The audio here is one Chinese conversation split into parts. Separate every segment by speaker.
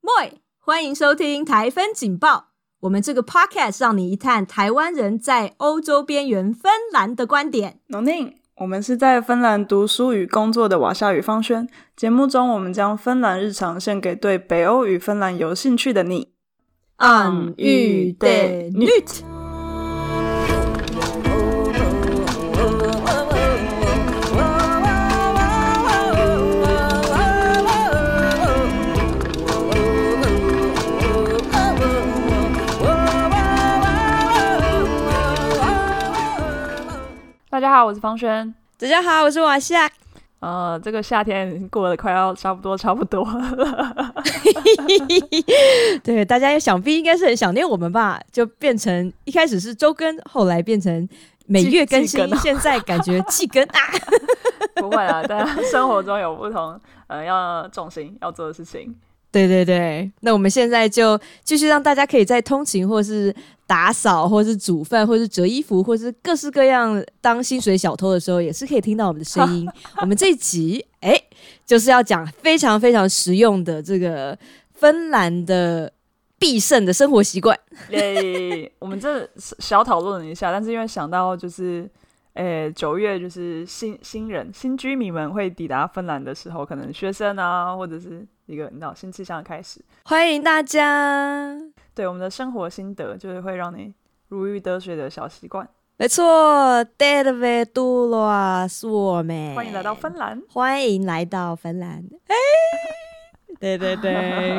Speaker 1: Boy，欢迎收听台风警报。我们这个 podcast 让你一探台湾人在欧洲边缘芬兰的观点。
Speaker 2: 农宁，我们是在芬兰读书与工作的瓦夏与方轩。节目中，我们将芬兰日常献给对北欧与芬兰有兴趣的你。
Speaker 1: On y de nyt。
Speaker 2: 大家好，我是方轩。
Speaker 1: 大家好，我是瓦夏。
Speaker 2: 呃，这个夏天已经过得快要差不多，差不多了。
Speaker 1: 对，大家也想必应该是很想念我们吧？就变成一开始是周更，后来变成每月更
Speaker 2: 季季
Speaker 1: 新，
Speaker 2: 更哦
Speaker 1: 现在感觉季 更啊。
Speaker 2: 不会啦，大家生活中有不同呃要重心要做的事情。
Speaker 1: 对对对，那我们现在就继续让大家可以在通勤，或是打扫，或是煮饭，或是折衣服，或是各式各样当薪水小偷的时候，也是可以听到我们的声 音。我们这一集哎，就是要讲非常非常实用的这个芬兰的必胜的生活习惯。
Speaker 2: 耶、我们这小讨论了一下，但是因为想到就是，呃，九月就是新新人新居民们会抵达芬兰的时候，可能学生啊，或者是一个你知道新气象的开始，
Speaker 1: 欢迎大家，
Speaker 2: 对我们的生活心得，就是会让你如鱼得水的小习惯。
Speaker 1: 没错 d e r v e t u l a s u o m
Speaker 2: 欢迎来到芬兰，
Speaker 1: 欢迎来到芬兰。哎，对对 对。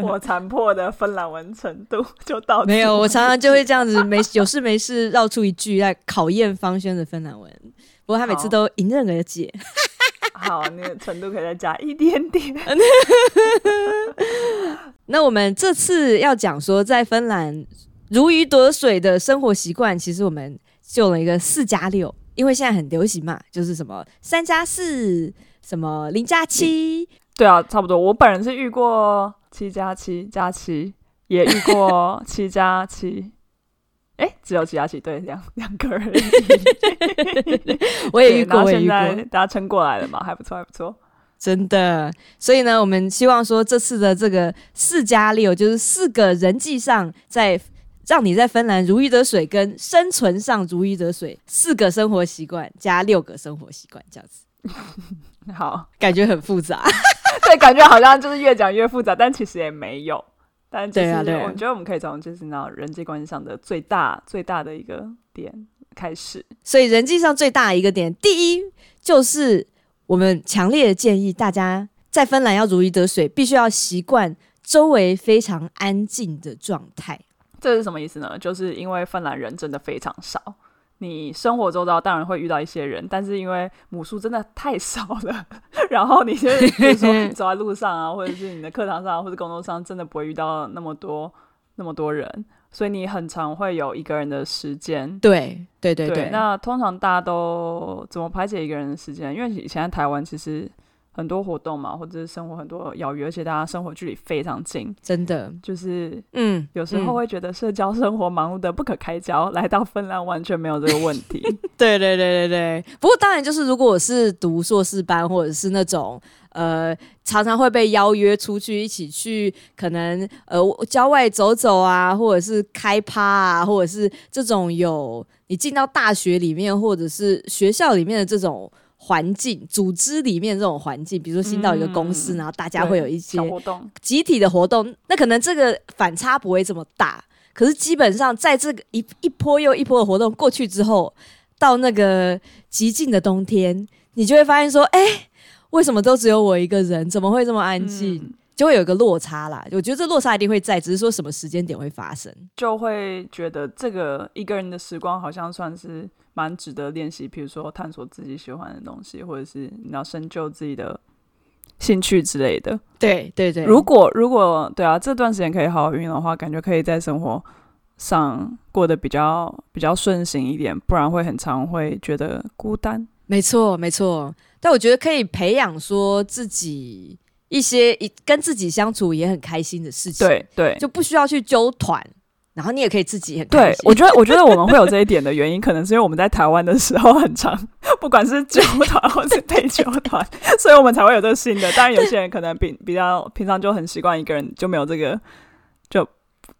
Speaker 2: 我残破的芬兰文程度就到此
Speaker 1: 没有，我常常就会这样子没有事没事绕出一句来考验方轩的芬兰文。不过他每次
Speaker 2: 好
Speaker 1: 都迎刃而解。
Speaker 2: 好，你的程度可以再加一点点。
Speaker 1: 那我们这次要讲说，在芬兰如鱼得水的生活习惯，其实我们救了一个四加六，因为现在很流行嘛，就是什么三加四，什么零加七，
Speaker 2: 对啊，差不多。我本人是遇过七加七加七，也遇过七加七。哎，只有七加七，对，两两个 人。
Speaker 1: 我也遇
Speaker 2: 对然
Speaker 1: 过，
Speaker 2: 后
Speaker 1: 我也
Speaker 2: 现
Speaker 1: 遇
Speaker 2: 在
Speaker 1: 过，
Speaker 2: 大家撑过来了嘛，还不错，还不错。
Speaker 1: 真的。所以呢，我们希望说这次的这个四加六，就是四个人际上在让你在芬兰如鱼得水，跟生存上如鱼得水，四个生活习惯加六个生活习惯，这样子
Speaker 2: 好，
Speaker 1: 感觉很复杂。
Speaker 2: 对，感觉好像就是越讲越复杂，但其实也没有。但就是
Speaker 1: 对啊对啊
Speaker 2: 我觉得我们可以从就是那人际关系上的最大最大的一个点开始。
Speaker 1: 所以人际上最大的一个点，第一就是我们强烈的建议大家在芬兰要如鱼得水，必须要习惯周围非常安静的状态。
Speaker 2: 这是什么意思呢？就是因为芬兰人真的非常少，你生活周遭当然会遇到一些人，但是因为母数真的太少了， 然后你就是比如说你走在路上啊，或者是你的课堂上或者工作上，真的不会遇到那么多那么多人，所以你很常会有一个人的时间。
Speaker 1: 对对对对，
Speaker 2: 那通常大家都怎么排解一个人的时间？因为以前在台湾其实很多活动嘛，或者是生活很多邀约，而且大家生活距离非常近，
Speaker 1: 真的，
Speaker 2: 就是
Speaker 1: 嗯，
Speaker 2: 有时候
Speaker 1: 嗯
Speaker 2: 会觉得社交生活忙碌的不可开交，来到芬兰完全没有这个问 题。
Speaker 1: 对对对对对，不过当然就是，如果我是读硕士班，或者是那种呃，常常会被邀约出去一起去，可能呃郊外走走啊，或者是开趴啊，或者是这种有你进到大学里面或者是学校里面的这种环境，组织里面这种环境，比如说新到一个公司，
Speaker 2: 嗯
Speaker 1: 然后大家会有一些
Speaker 2: 小活动，
Speaker 1: 集体的活动，那可能这个反差不会这么大。可是基本上在这个一一波又一波的活动过去之后，到那个极尽的冬天，你就会发现说，哎、为什么都只有我一个人？怎么会这么安静？
Speaker 2: 嗯
Speaker 1: 就会有一个落差啦。我觉得这落差一定会在，只是说什么时间点会发生。
Speaker 2: 就会觉得这个一个人的时光好像算是蛮值得练习，比如说探索自己喜欢的东西，或者是你要深究自己的兴趣之类的。
Speaker 1: 对对对，
Speaker 2: 如果如果对啊，这段时间可以好好运用的话，感觉可以在生活上过得比较比较顺行一点，不然会很常会觉得孤单。
Speaker 1: 没错，没错。但我觉得可以培养说自己一些一跟自己相处也很开心的事情。
Speaker 2: 对对，
Speaker 1: 就不需要去纠团。然后你也可以自己很开
Speaker 2: 对
Speaker 1: 心，
Speaker 2: 我觉得，我觉得我们会有这一点的原因，可能是因为我们在台湾的时候 很长，不管是纠团或是被纠团， 所以我们才会有这个新的。当然，有些人可能比比较平常就很习惯一个人，就没有这个，就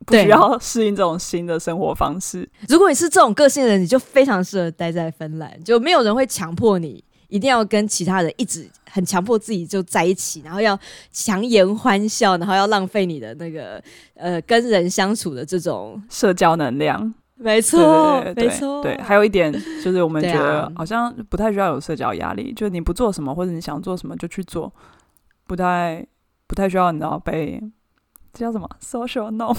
Speaker 2: 不
Speaker 1: 对
Speaker 2: 需要适应这种新的生活方式。
Speaker 1: 如果你是这种个性的人，你就非常适合待在芬兰，就没有人会强迫你一定要跟其他人一直很强迫自己就在一起，然后要强颜欢笑，然后要浪费你的那个呃跟人相处的这种。
Speaker 2: 社交能量，
Speaker 1: 没
Speaker 2: 对
Speaker 1: 错，
Speaker 2: 对对
Speaker 1: 没
Speaker 2: 对
Speaker 1: 错，
Speaker 2: 对，还有一点就是我们
Speaker 1: 对
Speaker 2: 觉
Speaker 1: 啊
Speaker 2: 得好像不太需要有社交压力，就你不做什么或者你想做什么就去做，不太不太需要你知道被这叫什么 social norm，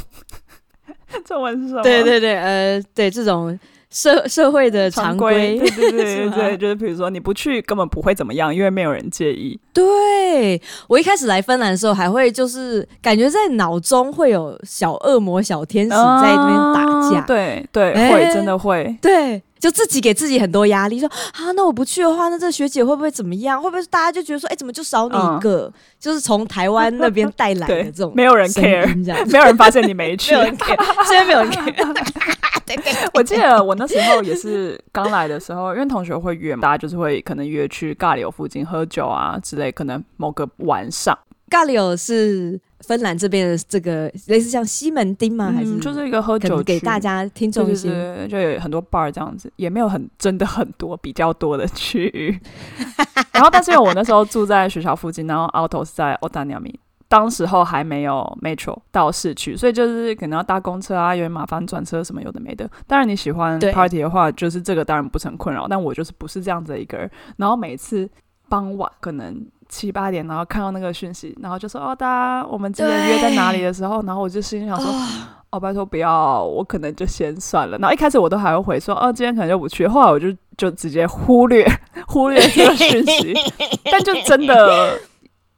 Speaker 2: 中文是什么？
Speaker 1: 对对对，呃，对这种社社会的
Speaker 2: 常
Speaker 1: 常规，
Speaker 2: 对对对
Speaker 1: 是
Speaker 2: 对
Speaker 1: 吗
Speaker 2: 对，就是比如说你不去根本不会怎么样，因为没有人介意。
Speaker 1: 对我一开始来芬兰的时候，还会就是感觉在脑中会有小恶魔、小天使嗯在那边打架，
Speaker 2: 啊对对，
Speaker 1: 哎
Speaker 2: 会真的会，
Speaker 1: 对，就自己给自己很多压力，说啊，那我不去的话，那这学姐会不会怎么样？会不会大家就觉得说，哎、怎么就少你一个？就是从台湾那边带来的
Speaker 2: 对
Speaker 1: 这种
Speaker 2: 嗯没有人
Speaker 1: 声音
Speaker 2: care，
Speaker 1: 这样
Speaker 2: 没有人发现你没去
Speaker 1: 没有。人 care，现在没有人 care。对 对对
Speaker 2: 我记得我那时候也是刚来的时候，因为同学会约嘛，大家就是会可能约去尬流附近喝酒啊之类，可能某个晚上，
Speaker 1: 尬柳是芬兰这边的这个类似像西门町吗？还是
Speaker 2: 嗯，就是一个喝
Speaker 1: 可
Speaker 2: 酒
Speaker 1: 能给
Speaker 2: 区
Speaker 1: 大。家听
Speaker 2: 对
Speaker 1: 众一
Speaker 2: 对
Speaker 1: 些
Speaker 2: 对，就有很多 bar 这样子，也没有很真的很多比较多的区域。 然后，但是因为我那时候住在学校附近，然后 auto 是在 o t a n a m i 当时候还没有 metro 到市区，所以就是可能要搭公车啊，有点麻烦，转车什么有的没的。当然你喜欢
Speaker 1: 对
Speaker 2: party 的话，就是这个当然不是很困扰，但我就是不是这样子的一个人。然后每次傍晚可能七八点，然后看到那个讯息，然后就说哦，大家我们之前约在哪里的时候，然后我就心里想说，哦，拜托不要，我可能就先算了。然后一开始我都还会回说，哦，今天可能就不去。后来我就就直接忽略忽略这个讯息，但就真的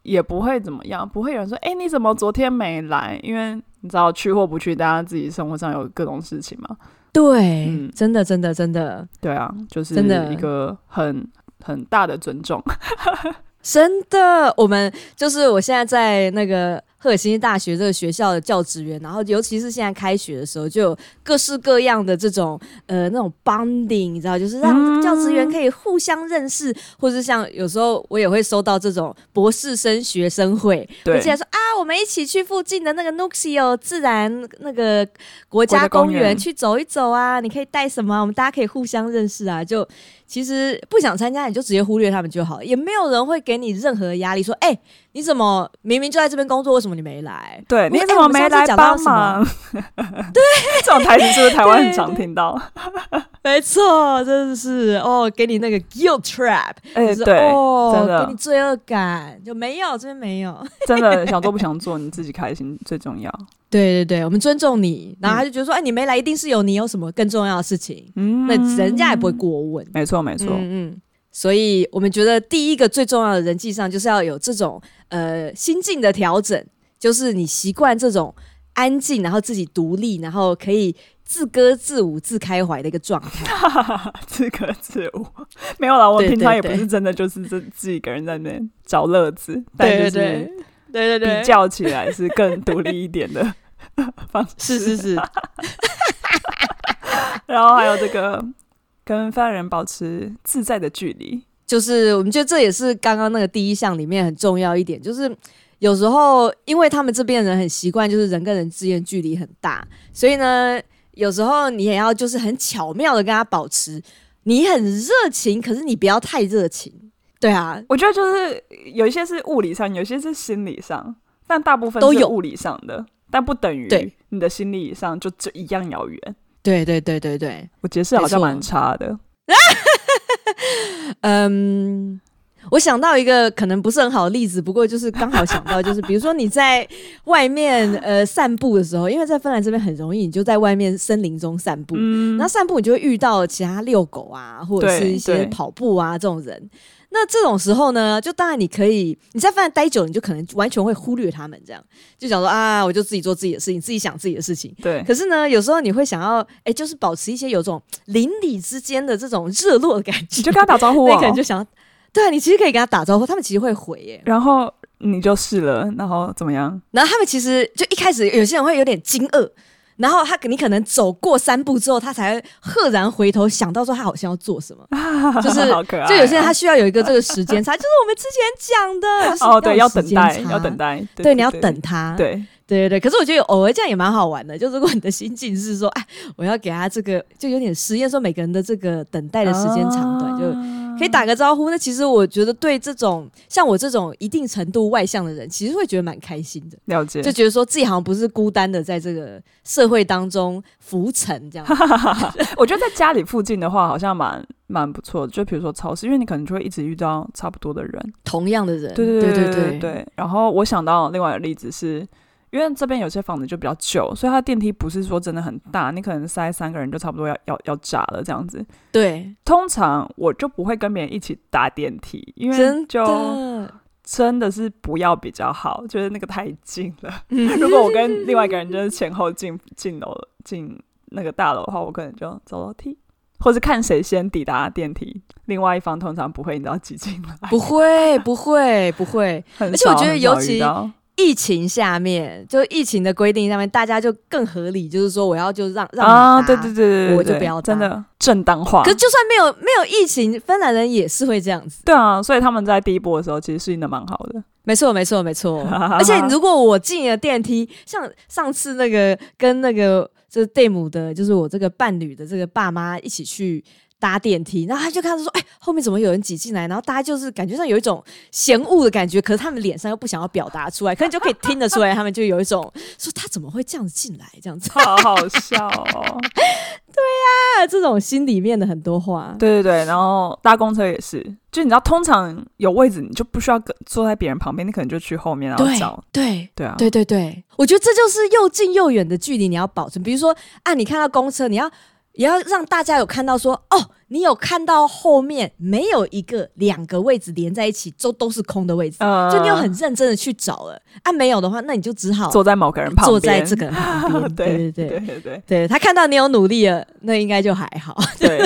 Speaker 2: 也不会怎么样，不会有人说，哎，你怎么昨天没来？因为你知道去或不去，大家自己生活上有各种事情嘛。
Speaker 1: 对
Speaker 2: 嗯
Speaker 1: 真的真的真的
Speaker 2: 对啊，就是
Speaker 1: 真的
Speaker 2: 一个很很大的尊重。
Speaker 1: 真的，我们就是我现在在那个赫尔辛基大学这个学校的教职员，然后尤其是现在开学的时候，就有各式各样的这种呃那种 bonding，你知道，就是让
Speaker 2: 嗯
Speaker 1: 教职员可以互相认识，或是像有时候我也会收到这种博士生学生会，
Speaker 2: 对
Speaker 1: 会进来说啊，我们一起去附近的那个 Nuxio 自然那个国
Speaker 2: 国
Speaker 1: 家
Speaker 2: 家公
Speaker 1: 公园
Speaker 2: 园
Speaker 1: 去走一走啊，你可以带什么啊、我们大家可以互相认识啊。就其实不想参加，你就直接忽略他们就好了，也没有人会给你任何压力，说哎、你怎么明明就在这边工作，为什么你没来？
Speaker 2: 对，
Speaker 1: 我
Speaker 2: 你
Speaker 1: 说
Speaker 2: 怎
Speaker 1: 哎我
Speaker 2: 么
Speaker 1: 们上
Speaker 2: 没
Speaker 1: 次
Speaker 2: 来
Speaker 1: 讲到
Speaker 2: 帮
Speaker 1: 什么
Speaker 2: 忙？ 对， 这种台词是不是台湾很常听到？
Speaker 1: 没错，真的是哦，给你那个 guilt trap，
Speaker 2: 哎，
Speaker 1: 就是
Speaker 2: 对，真
Speaker 1: 哦，给
Speaker 2: 的
Speaker 1: 你罪恶感，就没有这边没有。
Speaker 2: 真的想做不想做，你自己开心最重要。
Speaker 1: 对对对，我们尊重你，然后他就觉得说，哎、你没来一定是有你有什么更重要的事情，
Speaker 2: 嗯，
Speaker 1: 那人家也不会过问。
Speaker 2: 没错没错，
Speaker 1: 嗯嗯。所以我们觉得第一个最重要的人际上，就是要有这种呃心境的调整，就是你习惯这种安静，然后自己独立，然后可以自歌自舞、自开怀的一个状态。
Speaker 2: 自可自无。没有啦，我
Speaker 1: 对
Speaker 2: 平常
Speaker 1: 对
Speaker 2: 也不
Speaker 1: 对
Speaker 2: 是真的就是自自己一个人在那边找乐子，但就
Speaker 1: 对
Speaker 2: 是
Speaker 1: 对对
Speaker 2: 比较起来是更独立一点 的方式。
Speaker 1: 是是是，
Speaker 2: 然后还有这个跟犯人保持自在的距离。
Speaker 1: 就是我们觉得这也是刚刚那个第一项里面很重要一点，就是有时候因为他们这边人很习惯，就是人跟人之间距离很大，所以呢，有时候你也要就是很巧妙的跟他保持，你很热情，可是你不要太热情。对啊，
Speaker 2: 我觉得就是有一些是物理上，有些是心理上，但大部分
Speaker 1: 都
Speaker 2: 是
Speaker 1: 有
Speaker 2: 物理上的，但不等于
Speaker 1: 对
Speaker 2: 你的心理上就就一样遥远。
Speaker 1: 对对对对对，
Speaker 2: 我解释好像
Speaker 1: 没错
Speaker 2: 蛮差的，
Speaker 1: 嗯，我想到一个可能不是很好的例子，不过就是刚好想到，就是比如说你在外面呃散步的时候，因为在芬兰这边很容易，你就在外面森林中散步，
Speaker 2: 嗯
Speaker 1: 那散步你就会遇到其他遛狗啊，或者是一些
Speaker 2: 对
Speaker 1: 跑步啊这种人。那这种时候呢，就当然你可以，你在饭店待久了，你就可能完全会忽略他们，这样就想说啊，我就自己做自己的事情，自己想自己的事情。
Speaker 2: 对，
Speaker 1: 可是呢，有时候你会想要，哎、就是保持一些有种邻里之间的这种热络的感觉，
Speaker 2: 你就跟他打招 呼
Speaker 1: 那
Speaker 2: 啊、
Speaker 1: 你可能就想要，对啊，你其实可以跟他打招呼，他们其实会回耶、
Speaker 2: 然后你就试了，然后怎么样？
Speaker 1: 然后他们其实就一开始有些人会有点惊愕，然后他你可能走过三步之后，他才赫然回头想到说他好像要做 什么，就是
Speaker 2: 好可爱哦
Speaker 1: 就有些人他需要有一个这个时间差，就是我们之前讲的，就是
Speaker 2: 哦，对，要
Speaker 1: 时
Speaker 2: 等
Speaker 1: 间
Speaker 2: 待，
Speaker 1: 差
Speaker 2: 要等，待，对
Speaker 1: 对，你要等他，
Speaker 2: 对，
Speaker 1: 对对对，可是我觉得偶尔这样也蛮好玩的。就如果你的心境是说，哎，我要给他这个，就有点实验说每个人的这个等待的时间长
Speaker 2: 啊
Speaker 1: 短，就
Speaker 2: 就
Speaker 1: 可以打个招呼。那其实我觉得对这种像我这种一定程度外向的人，其实会觉得蛮开心的，
Speaker 2: 了解
Speaker 1: 就。觉得说自己好像不是孤单的在这个社会当中浮沉这样。
Speaker 2: 我觉得在家里附近的话，好像蛮蛮不错的。就比如说超市，因为你可能就会一直遇到差不多的人。
Speaker 1: 同样的人，
Speaker 2: 对
Speaker 1: 嗯对
Speaker 2: 对
Speaker 1: 对
Speaker 2: 对对。然后我想到另外一个例子是。因为这边有些房子就比较旧，所以它电梯不是说真的很大，你可能塞三个人就差不多要要要炸了这样子。
Speaker 1: 对
Speaker 2: 通常我就不会跟别人一起搭电梯，因为
Speaker 1: 真
Speaker 2: 就哎
Speaker 1: 的，
Speaker 2: 真的是不要比较好，觉得那个太近了。
Speaker 1: 嗯
Speaker 2: 如果我跟另外一个人就是前后进进楼进那个大楼的话，我可能就走楼梯，或是看谁先抵达电梯。另外一方通常不会，你知道挤进来，
Speaker 1: 不会不会不会，
Speaker 2: 很
Speaker 1: 而且我
Speaker 2: 少
Speaker 1: 觉得
Speaker 2: 很少
Speaker 1: 尤其
Speaker 2: 遇到
Speaker 1: 疫情下面，就疫情的规定下面，大家就更合理，就是说我要就让让
Speaker 2: 啊，
Speaker 1: 你搭
Speaker 2: 对对对对对，
Speaker 1: 我就
Speaker 2: 对
Speaker 1: 不要搭
Speaker 2: 真的正当化
Speaker 1: 可。是就算没有没有疫情，芬兰人也是会这样子。
Speaker 2: 对啊，所以他们在第一波的时候其实适应的蛮好的。
Speaker 1: 没错，没错，没错。 而且如果我进了电梯，像上次那个跟那个就是蒂姆的，就是我这个伴侣的这个爸妈一起去。搭电梯，然后他就看到说：“哎，后面怎么有人挤进来？”然后大家就是感觉上有一种嫌恶的感觉，可是他们脸上又不想要表达出 来，可能就可以听得出来，他们就有一种说他怎么会这样子进来，这 样子。
Speaker 2: 好好笑哦！
Speaker 1: 这种心里面的很多话，
Speaker 2: 对对对，然后搭公车也是，就你知道，通常有位置，你就不需要跟坐在别人旁边，你可能就去后面然后找。
Speaker 1: 对
Speaker 2: 对啊，
Speaker 1: 对对对，我觉得这就是又近又远的距离你要保存。比如说啊，你看到公车，你要也要让大家有看到说，哦，你有看到后面没有一个两个位置连在一起，都都是空的位置，
Speaker 2: 呃
Speaker 1: 就你有很认真的去找了。啊，没有的话，那你就只好
Speaker 2: 坐在某个人旁边，
Speaker 1: 坐在这个人旁 边。对
Speaker 2: 对
Speaker 1: 对对。
Speaker 2: 对对
Speaker 1: 对他看到你有努力了，那应该就还好。
Speaker 2: 对，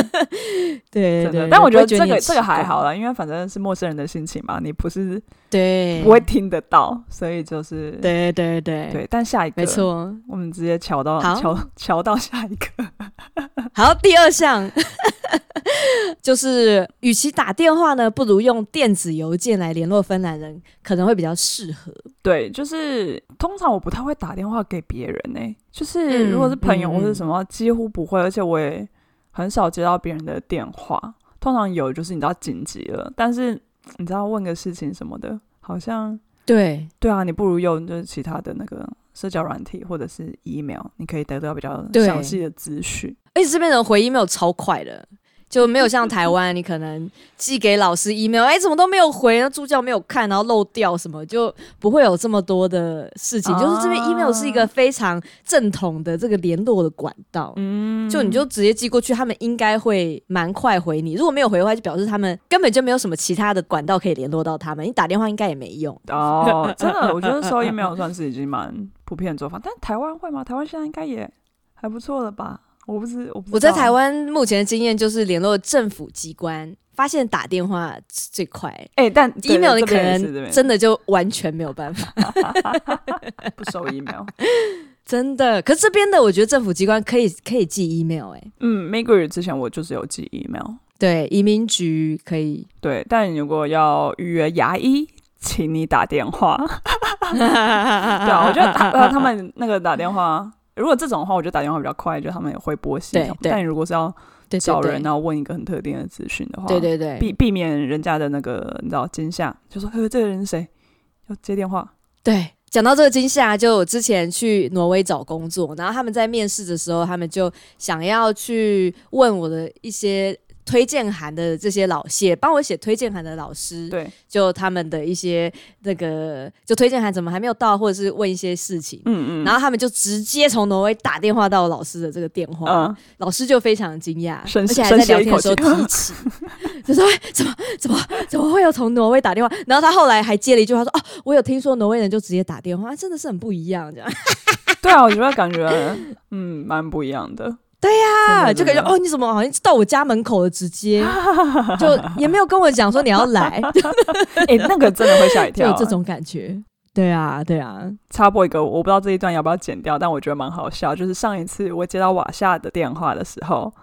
Speaker 1: 对对
Speaker 2: 真的。
Speaker 1: 对
Speaker 2: 但我
Speaker 1: 不
Speaker 2: 觉
Speaker 1: 会
Speaker 2: 得
Speaker 1: 觉
Speaker 2: 这
Speaker 1: 你
Speaker 2: 个
Speaker 1: 很
Speaker 2: 这
Speaker 1: 奇
Speaker 2: 个还
Speaker 1: 怪
Speaker 2: 好，啦，因为反正是陌生人的心情嘛，你不是
Speaker 1: 对，
Speaker 2: 不会听得到，所以就是
Speaker 1: 对对对，
Speaker 2: 对。但下一个，
Speaker 1: 没，错。
Speaker 2: 我们直接瞧到
Speaker 1: 好
Speaker 2: 瞧 瞧到下一个，
Speaker 1: 好，第二项 就是，与其打电话呢，不如用电子邮件来联络芬兰人，可能会比较适合。
Speaker 2: 对，就是通常我不太会打电话给别人诶、就是如果是
Speaker 1: 嗯
Speaker 2: 朋友
Speaker 1: 嗯
Speaker 2: 或是什么，几乎不会，而且我也很少接到别人的电话。通常有就是你知道紧急了，但是你知道问个事情什么的，好像
Speaker 1: 对，
Speaker 2: 对啊，你不如用就是其他的那个社交软体或者是 email，你可以得到比较
Speaker 1: 对
Speaker 2: 详细的 资讯。
Speaker 1: 而且这边人回 email 超快的，就没有像台湾，你可能寄给老师 email，哎、怎么都没有回，那助教没有看，然后漏掉什么，就不会有这么多的事情。就是这边
Speaker 2: 啊
Speaker 1: email 是一个非常正统的这个联络的管道。
Speaker 2: 嗯
Speaker 1: 就你就直接寄过去，他们应该会蛮快回你。如果没有回的话，就表示他们根本就没有什么其他的管道可以联络到他们，你打电话应该也没用。
Speaker 2: 哦，真的，我觉得收 email 算是已经蛮普遍的做法，但台湾会吗？台湾现在应该也还不错了吧？我不知，我不知
Speaker 1: 我在
Speaker 2: 道
Speaker 1: 台湾目前的经验就是联络政府机关，发现打电话是最快
Speaker 2: 哎、但对对
Speaker 1: ，email 你
Speaker 2: 这
Speaker 1: 可
Speaker 2: 边也是
Speaker 1: 能真的就完全没有办 法，
Speaker 2: 这边也是不收 email。
Speaker 1: 真的。可是这边的我觉得政府机关可以可以寄 email 哎、
Speaker 2: 嗯 m a g r 之前我就是有寄 email，
Speaker 1: 对，移民局可以，
Speaker 2: 对，但你如果要预约牙医，请你打电话。 对
Speaker 1: 对
Speaker 2: 啊，我觉得他呃他们那个打电话，如果这种的话，我觉得打电话比较快，就他们也会拨系统。
Speaker 1: 对对
Speaker 2: 但如果是要
Speaker 1: 对
Speaker 2: 找人，啊然后问一个很特定的资讯的话，
Speaker 1: 对，对对
Speaker 2: 避避免人家的那个你知道惊吓，就说呃这个人是谁，要接电话。
Speaker 1: 对，讲到这个惊吓，就我之前去挪威找工作，然后他们在面试的时候，他们就想要去问我的一些推荐函的这些老写帮我写推荐函的老师，
Speaker 2: 对，
Speaker 1: 就他们的一些那个就推荐函怎么还没有到，或者是问一些事情。
Speaker 2: 嗯嗯，
Speaker 1: 然后他们就直接从挪威打电话到老师的这个电话，
Speaker 2: 嗯，
Speaker 1: 老师就非常惊讶，
Speaker 2: 深
Speaker 1: 而
Speaker 2: 吸
Speaker 1: 且还在聊天的时候
Speaker 2: 深吸了一口
Speaker 1: 提起， 就说哎怎么怎么怎么会有从挪威打电话？然后他后来还接了一句话说：“哦，我有听说挪威人就直接打电话，啊真的是很不一样，这样
Speaker 2: 对啊，我觉得感觉嗯蛮不一样的。
Speaker 1: 啊，就
Speaker 2: 真
Speaker 1: 感
Speaker 2: 的
Speaker 1: 觉哦，你怎么好像到我家门口了，直接 就也没有跟我讲说你要来，
Speaker 2: 哎，那个真的会吓一
Speaker 1: 就
Speaker 2: 跳
Speaker 1: 有
Speaker 2: 啊，
Speaker 1: 这种感觉。对啊，对啊，
Speaker 2: 插播一个，我不知道这一段要不要剪掉，但我觉得蛮好笑。就是上一次我接到瓦夏的电话的时候，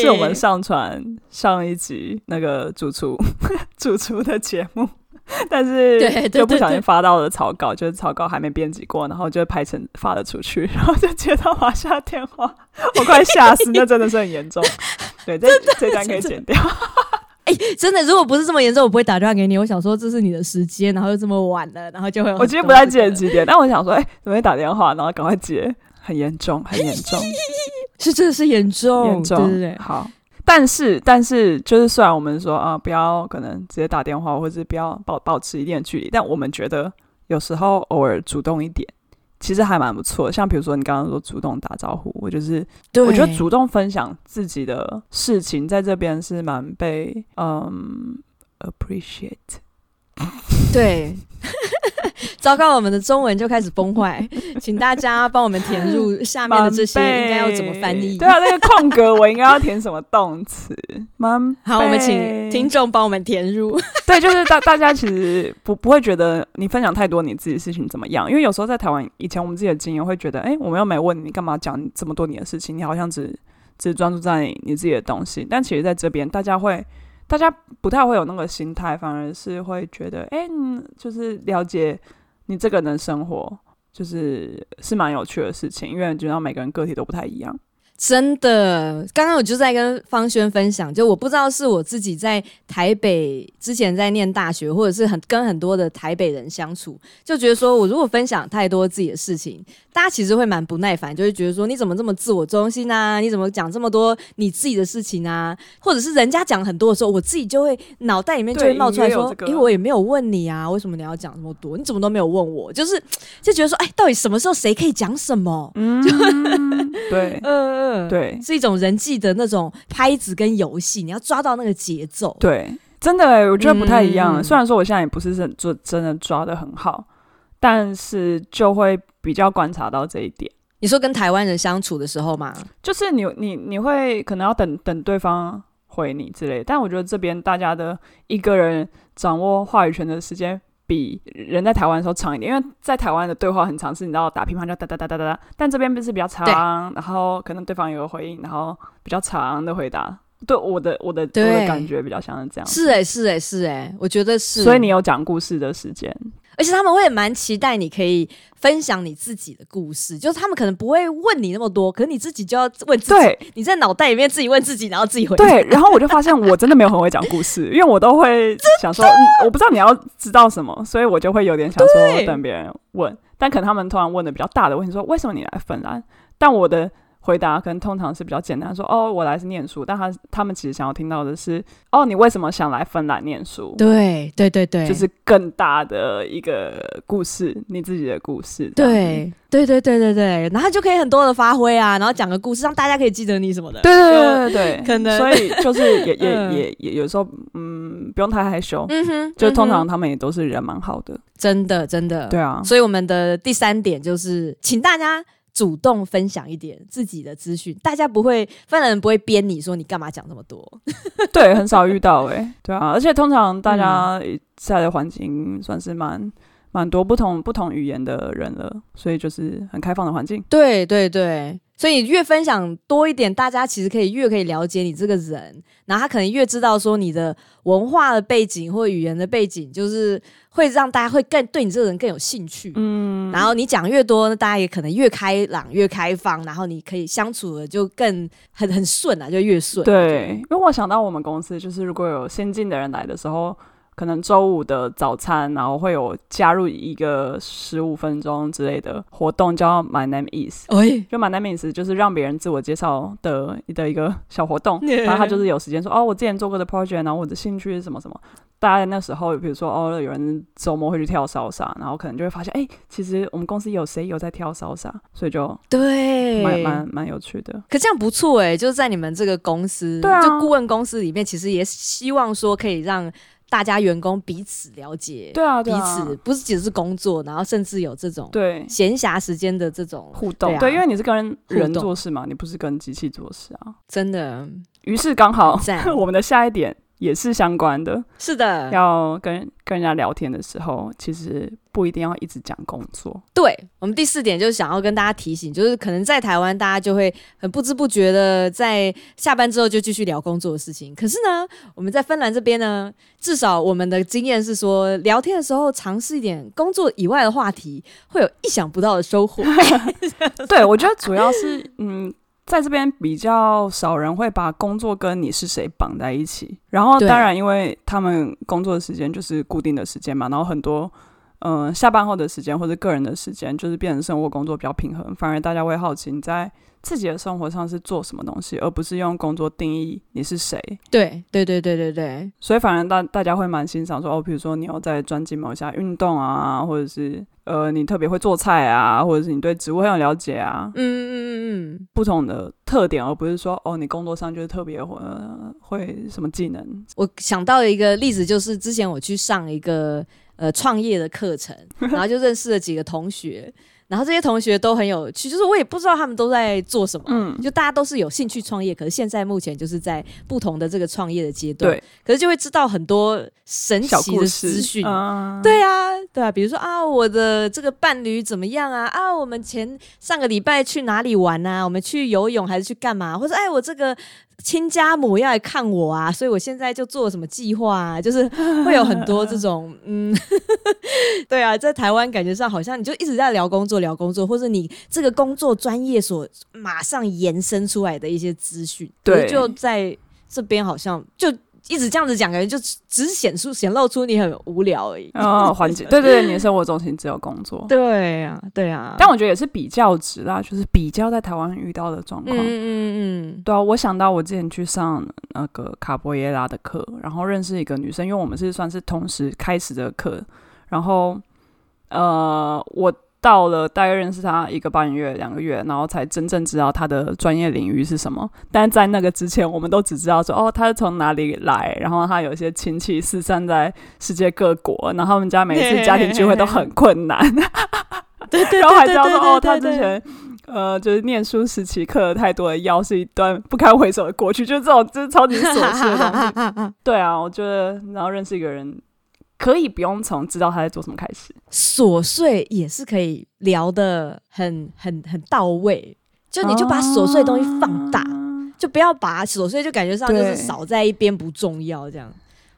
Speaker 2: 是我们上传上一集那个主厨 主厨的节目， 但
Speaker 1: 对
Speaker 2: 是
Speaker 1: 对
Speaker 2: 就不小
Speaker 1: 对对
Speaker 2: 心发到了草稿，就是草稿还没编辑过，然后就拍成发了出去， 然后就接到瓦夏电话，我快吓死，那真的是很严 重。对，这这段可以剪掉。
Speaker 1: 哎、真的，如果不是这么严重，我不会打电话给你。我想说这是你的时间，然后又这么晚了，然后就会有
Speaker 2: 我
Speaker 1: 很
Speaker 2: 今天
Speaker 1: 多
Speaker 2: 不太
Speaker 1: 这
Speaker 2: 记得
Speaker 1: 个
Speaker 2: 几点，但我想说，哎、怎么会打电话？然后赶快接，很严重，很严重。
Speaker 1: 是真的是严重，
Speaker 2: 严重，
Speaker 1: 对对对，
Speaker 2: 好。但是，但是，就是虽然我们说啊，不要可能直接打电话，或者是不要保保持一定的距离，但我们觉得有时候偶尔主动一点，其实还蛮不错。像比如说你刚刚说主动打招呼，我就是
Speaker 1: 对
Speaker 2: 我 觉得主动分享自己的事情，在这边是蛮被嗯 appreciate。
Speaker 1: 对。 糟糕，我们的中文就开始崩坏， 请大家帮我们填入下面的这些应该要怎么翻译。
Speaker 2: 对啊，那个空格我应该要填什么动词？蛮
Speaker 1: 好，我们请
Speaker 2: 被
Speaker 1: 听众帮我们填入。
Speaker 2: 对，就是大大家其实不不会觉得你分享太多你自己事情怎么样，因为有时候在台湾以前我们自己的经验会觉得，哎、我们又没问你，干嘛讲这么多你的事情？你好像只只专注在你你自己的东西，但其实在这边大家会。大家不太会有那个心态，反而是会觉得，哎、嗯就是了解你这个人的生活，就是是蛮有趣的事情，因为觉得每个人个体都不太一样。
Speaker 1: 真的，刚刚我就在跟方轩分享，就我不知道是我自己在台北之前在念大学，或者是很跟很多的台北人相处，就觉得说我如果分享太多自己的事情，大家其实会蛮不耐烦，就会觉得说你怎么这么自我中心啊？你怎么讲这么多你自己的事情啊？或者是人家讲很多的时候，我自己就会脑袋里面就会
Speaker 2: 对
Speaker 1: 冒出来
Speaker 2: 也有
Speaker 1: 说，
Speaker 2: 这个
Speaker 1: 诶，我也没有问你啊，为什么你要讲这么多？你怎么都没有问我？就是就觉得说，哎，到底什么时候谁可以讲什么？
Speaker 2: 嗯， 对
Speaker 1: 嗯嗯，
Speaker 2: 对，
Speaker 1: 是一种人际的那种拍子跟游戏，你要抓到那个节奏。
Speaker 2: 对，真的、欸，我觉得不太一样了。
Speaker 1: 嗯
Speaker 2: 虽然说我现在也不是真做真的抓的很好，但是就会比较观察到这一点。
Speaker 1: 你说跟台湾人相处的时候嘛，
Speaker 2: 就是你你你会可能要等等对方回你之类的，但我觉得这边大家的一个人掌握话语权的时间比人在台湾的时候长一点，因为在台湾的对话很长，是你知道打乒乓球哒哒哒哒哒哒，但这边是比较长，然后可能对方有个回应，然后比较长的回答。对我的我的我
Speaker 1: 对
Speaker 2: 的感觉比较像是这样，
Speaker 1: 是哎、是哎、是哎、我觉得是。
Speaker 2: 所以你，有讲故事的时间。
Speaker 1: 而且他们会蛮期待你可以分享你自己的故事，就是他们可能不会问你那么多，可是你自己就要问自己，
Speaker 2: 对
Speaker 1: 你在脑袋里面自己问自己，然后自己回答。
Speaker 2: 对，然后我就发现我真的没有很会讲 故事，因为我都会想说，嗯我不知道你要知道什么，所以我就会有点想
Speaker 1: 对
Speaker 2: 说等别人问，但可能他们突然问的比较大的问题，说哦为什么你来芬兰？但我的回答可能通常是比较简单，说哦，我来是念书，但他他们其实想要听到的是，哦，你为什么想来芬兰念书？
Speaker 1: 对对对对，
Speaker 2: 就是更大的一个故事，你自己的故事。这样子
Speaker 1: 对对对对对对，然后就可以很多的发挥啊，然后讲个故事，让大家可以记得你什么的。
Speaker 2: 对对对对 对，
Speaker 1: 可能
Speaker 2: 所以就是也 也
Speaker 1: 嗯
Speaker 2: 也也有时候，嗯，不用太害羞，
Speaker 1: 嗯哼，
Speaker 2: 就
Speaker 1: 嗯哼
Speaker 2: 通常他们也都是人蛮好的，
Speaker 1: 真的真的
Speaker 2: 对啊，
Speaker 1: 所以我们的第三点就是，请大家主动分享一点自己的资讯，大家不会，芬兰人不会编你说你干嘛讲这么多。
Speaker 2: 对，很少遇到哎、对啊，而且通常
Speaker 1: 嗯
Speaker 2: 大家在的环境算是蛮蛮多不同不同语言的人了，所以就是很开放的环境。
Speaker 1: 对对对，所以越分享多一点，大家其实可以越可以了解你这个人，然后他可能越知道说你的文化的背景或语言的背景，就是会让大家会更对你这个人更有兴趣。
Speaker 2: 嗯，
Speaker 1: 然后你讲越多，那大家也可能越开朗、越开放，然后你可以相处的就更很很顺啊，就越顺。
Speaker 2: 对，因为我想到我们公司就是如果有先进的人来的时候。可能周五的早餐，然后会有加入一个十五分钟之类的活动，叫 My Name Is。
Speaker 1: 哎，，
Speaker 2: 就 My Name Is 就是让别人自我介绍的的一个小活动 然后他就是有时间说哦，我之前做过的 project，然后我的兴趣是什么什么。大家在那时候，比如说哦，有人周末会去跳salsa，然后可能就会发现，哎、其实我们公司有谁有在跳 salsa，所以就
Speaker 1: 对，
Speaker 2: 蛮蛮蛮有趣的。
Speaker 1: 可这样不错哎、就是在你们这个公司，
Speaker 2: 对啊
Speaker 1: 就顾问公司里面，其实也希望说可以让大家员工彼此了解，
Speaker 2: 对啊，对
Speaker 1: 彼
Speaker 2: 啊
Speaker 1: 此不是只是工作，然后甚至有这种
Speaker 2: 对
Speaker 1: 闲暇时间的这种
Speaker 2: 互动
Speaker 1: 对啊
Speaker 2: 因为你是跟
Speaker 1: 互
Speaker 2: 人
Speaker 1: 动
Speaker 2: 做事嘛，你不是跟机器做事啊。
Speaker 1: 真的
Speaker 2: 于是刚好
Speaker 1: 赞
Speaker 2: 我们的下一点也是相关的。
Speaker 1: 是的，
Speaker 2: 要跟跟人家聊天的时候，其实不一定要一直讲工作。
Speaker 1: 对我们第四点就是想要跟大家提醒，就是可能在台湾大家就会很不知不觉的在下班之后就继续聊工作的事情。可是呢，我们在芬兰这边呢，至少我们的经验是说，聊天的时候尝试一点工作以外的话题，会有意想不到的收获。
Speaker 2: 对，我觉得主要是嗯，在这边比较少人会把工作跟你是谁绑在一起。然后
Speaker 1: 对
Speaker 2: 当然，因为他们工作的时间就是固定的时间嘛，然后很多。嗯、下班后的时间或者个人的时间，就是变成生活工作比较平衡，反而大家会好奇你在自己的生活上是做什么东西，而不是用工作定义你是谁。
Speaker 1: 对对对对对对，
Speaker 2: 所以反而大大家会蛮欣赏说哦，比如说你有在专精某项运动啊，或者是呃你特别会做菜啊，或者是你对植物很有了解啊，
Speaker 1: 嗯嗯嗯嗯，
Speaker 2: 不同的特点，而不是说哦你工作上就是特别会、呃会什么技能。
Speaker 1: 我想到一个例子，就是之前我去上一个呃创业的课 程，然后就认识了几个同学。然后这些同学都很有趣，就是我也不知道他们都在做什么，
Speaker 2: 嗯
Speaker 1: 就大家都是有兴趣创业，可是现在目前就是在不同的这个创业的阶段，
Speaker 2: 对，
Speaker 1: 可是就会知道很多神
Speaker 2: 小
Speaker 1: 奇
Speaker 2: 故
Speaker 1: 的
Speaker 2: 事
Speaker 1: 资讯，
Speaker 2: 嗯、
Speaker 1: 对啊，对啊，比如说啊，我的这个伴侣怎么样啊？啊，我们前上个礼拜去哪里玩啊？我们去游泳还是去干嘛？或者哎，我这个亲家母要来看我啊，所以我现在就做什么计划啊？就是会有很多这种，嗯， 对啊，在台湾感觉上好像你就一直在聊工作，聊工作，或者你这个工作专业所马上延伸出来的一些资讯，
Speaker 2: 对
Speaker 1: 可是就在这边好像就。一直这样子讲，感觉就只只显出显露出你很无聊而已。
Speaker 2: 哦，缓解，对对对，你的生活重心只有工作。
Speaker 1: 对呀、对啊呀、
Speaker 2: 但我觉得也是比较值啦，就是比较在台湾遇到的状
Speaker 1: 嗯
Speaker 2: 况。
Speaker 1: 嗯嗯
Speaker 2: 对啊，我想到我之前去上那个卡波耶拉的课，然后认识一个女生，因为我们是算是同时开始的课，然后呃，我到了大概认识她一个半月、两个月，然后才真正知道她的专业领域是什么。但在那个之前，我们都只知道说哦，她是从哪里来，然后她有一些亲戚四散在世界各国，然后他们家每一次家庭聚会都很困难，
Speaker 1: 嗯，对对
Speaker 2: 然后还知道
Speaker 1: 对
Speaker 2: 说
Speaker 1: 对
Speaker 2: 哦，
Speaker 1: 对
Speaker 2: 他
Speaker 1: 对
Speaker 2: 之前呃，就是念书时期刻了太多的腰，是一段不堪回首的过去，就是这种就是超级琐事的 东西。对啊，我觉得然后认识一个人，可以不用从知道他在做什么开始。
Speaker 1: 琐碎也是可以聊的很很很到位，就你就把琐碎的东西放大，
Speaker 2: 啊
Speaker 1: 就不要把琐碎就感觉上就是
Speaker 2: 对
Speaker 1: 少在一边不重要这样。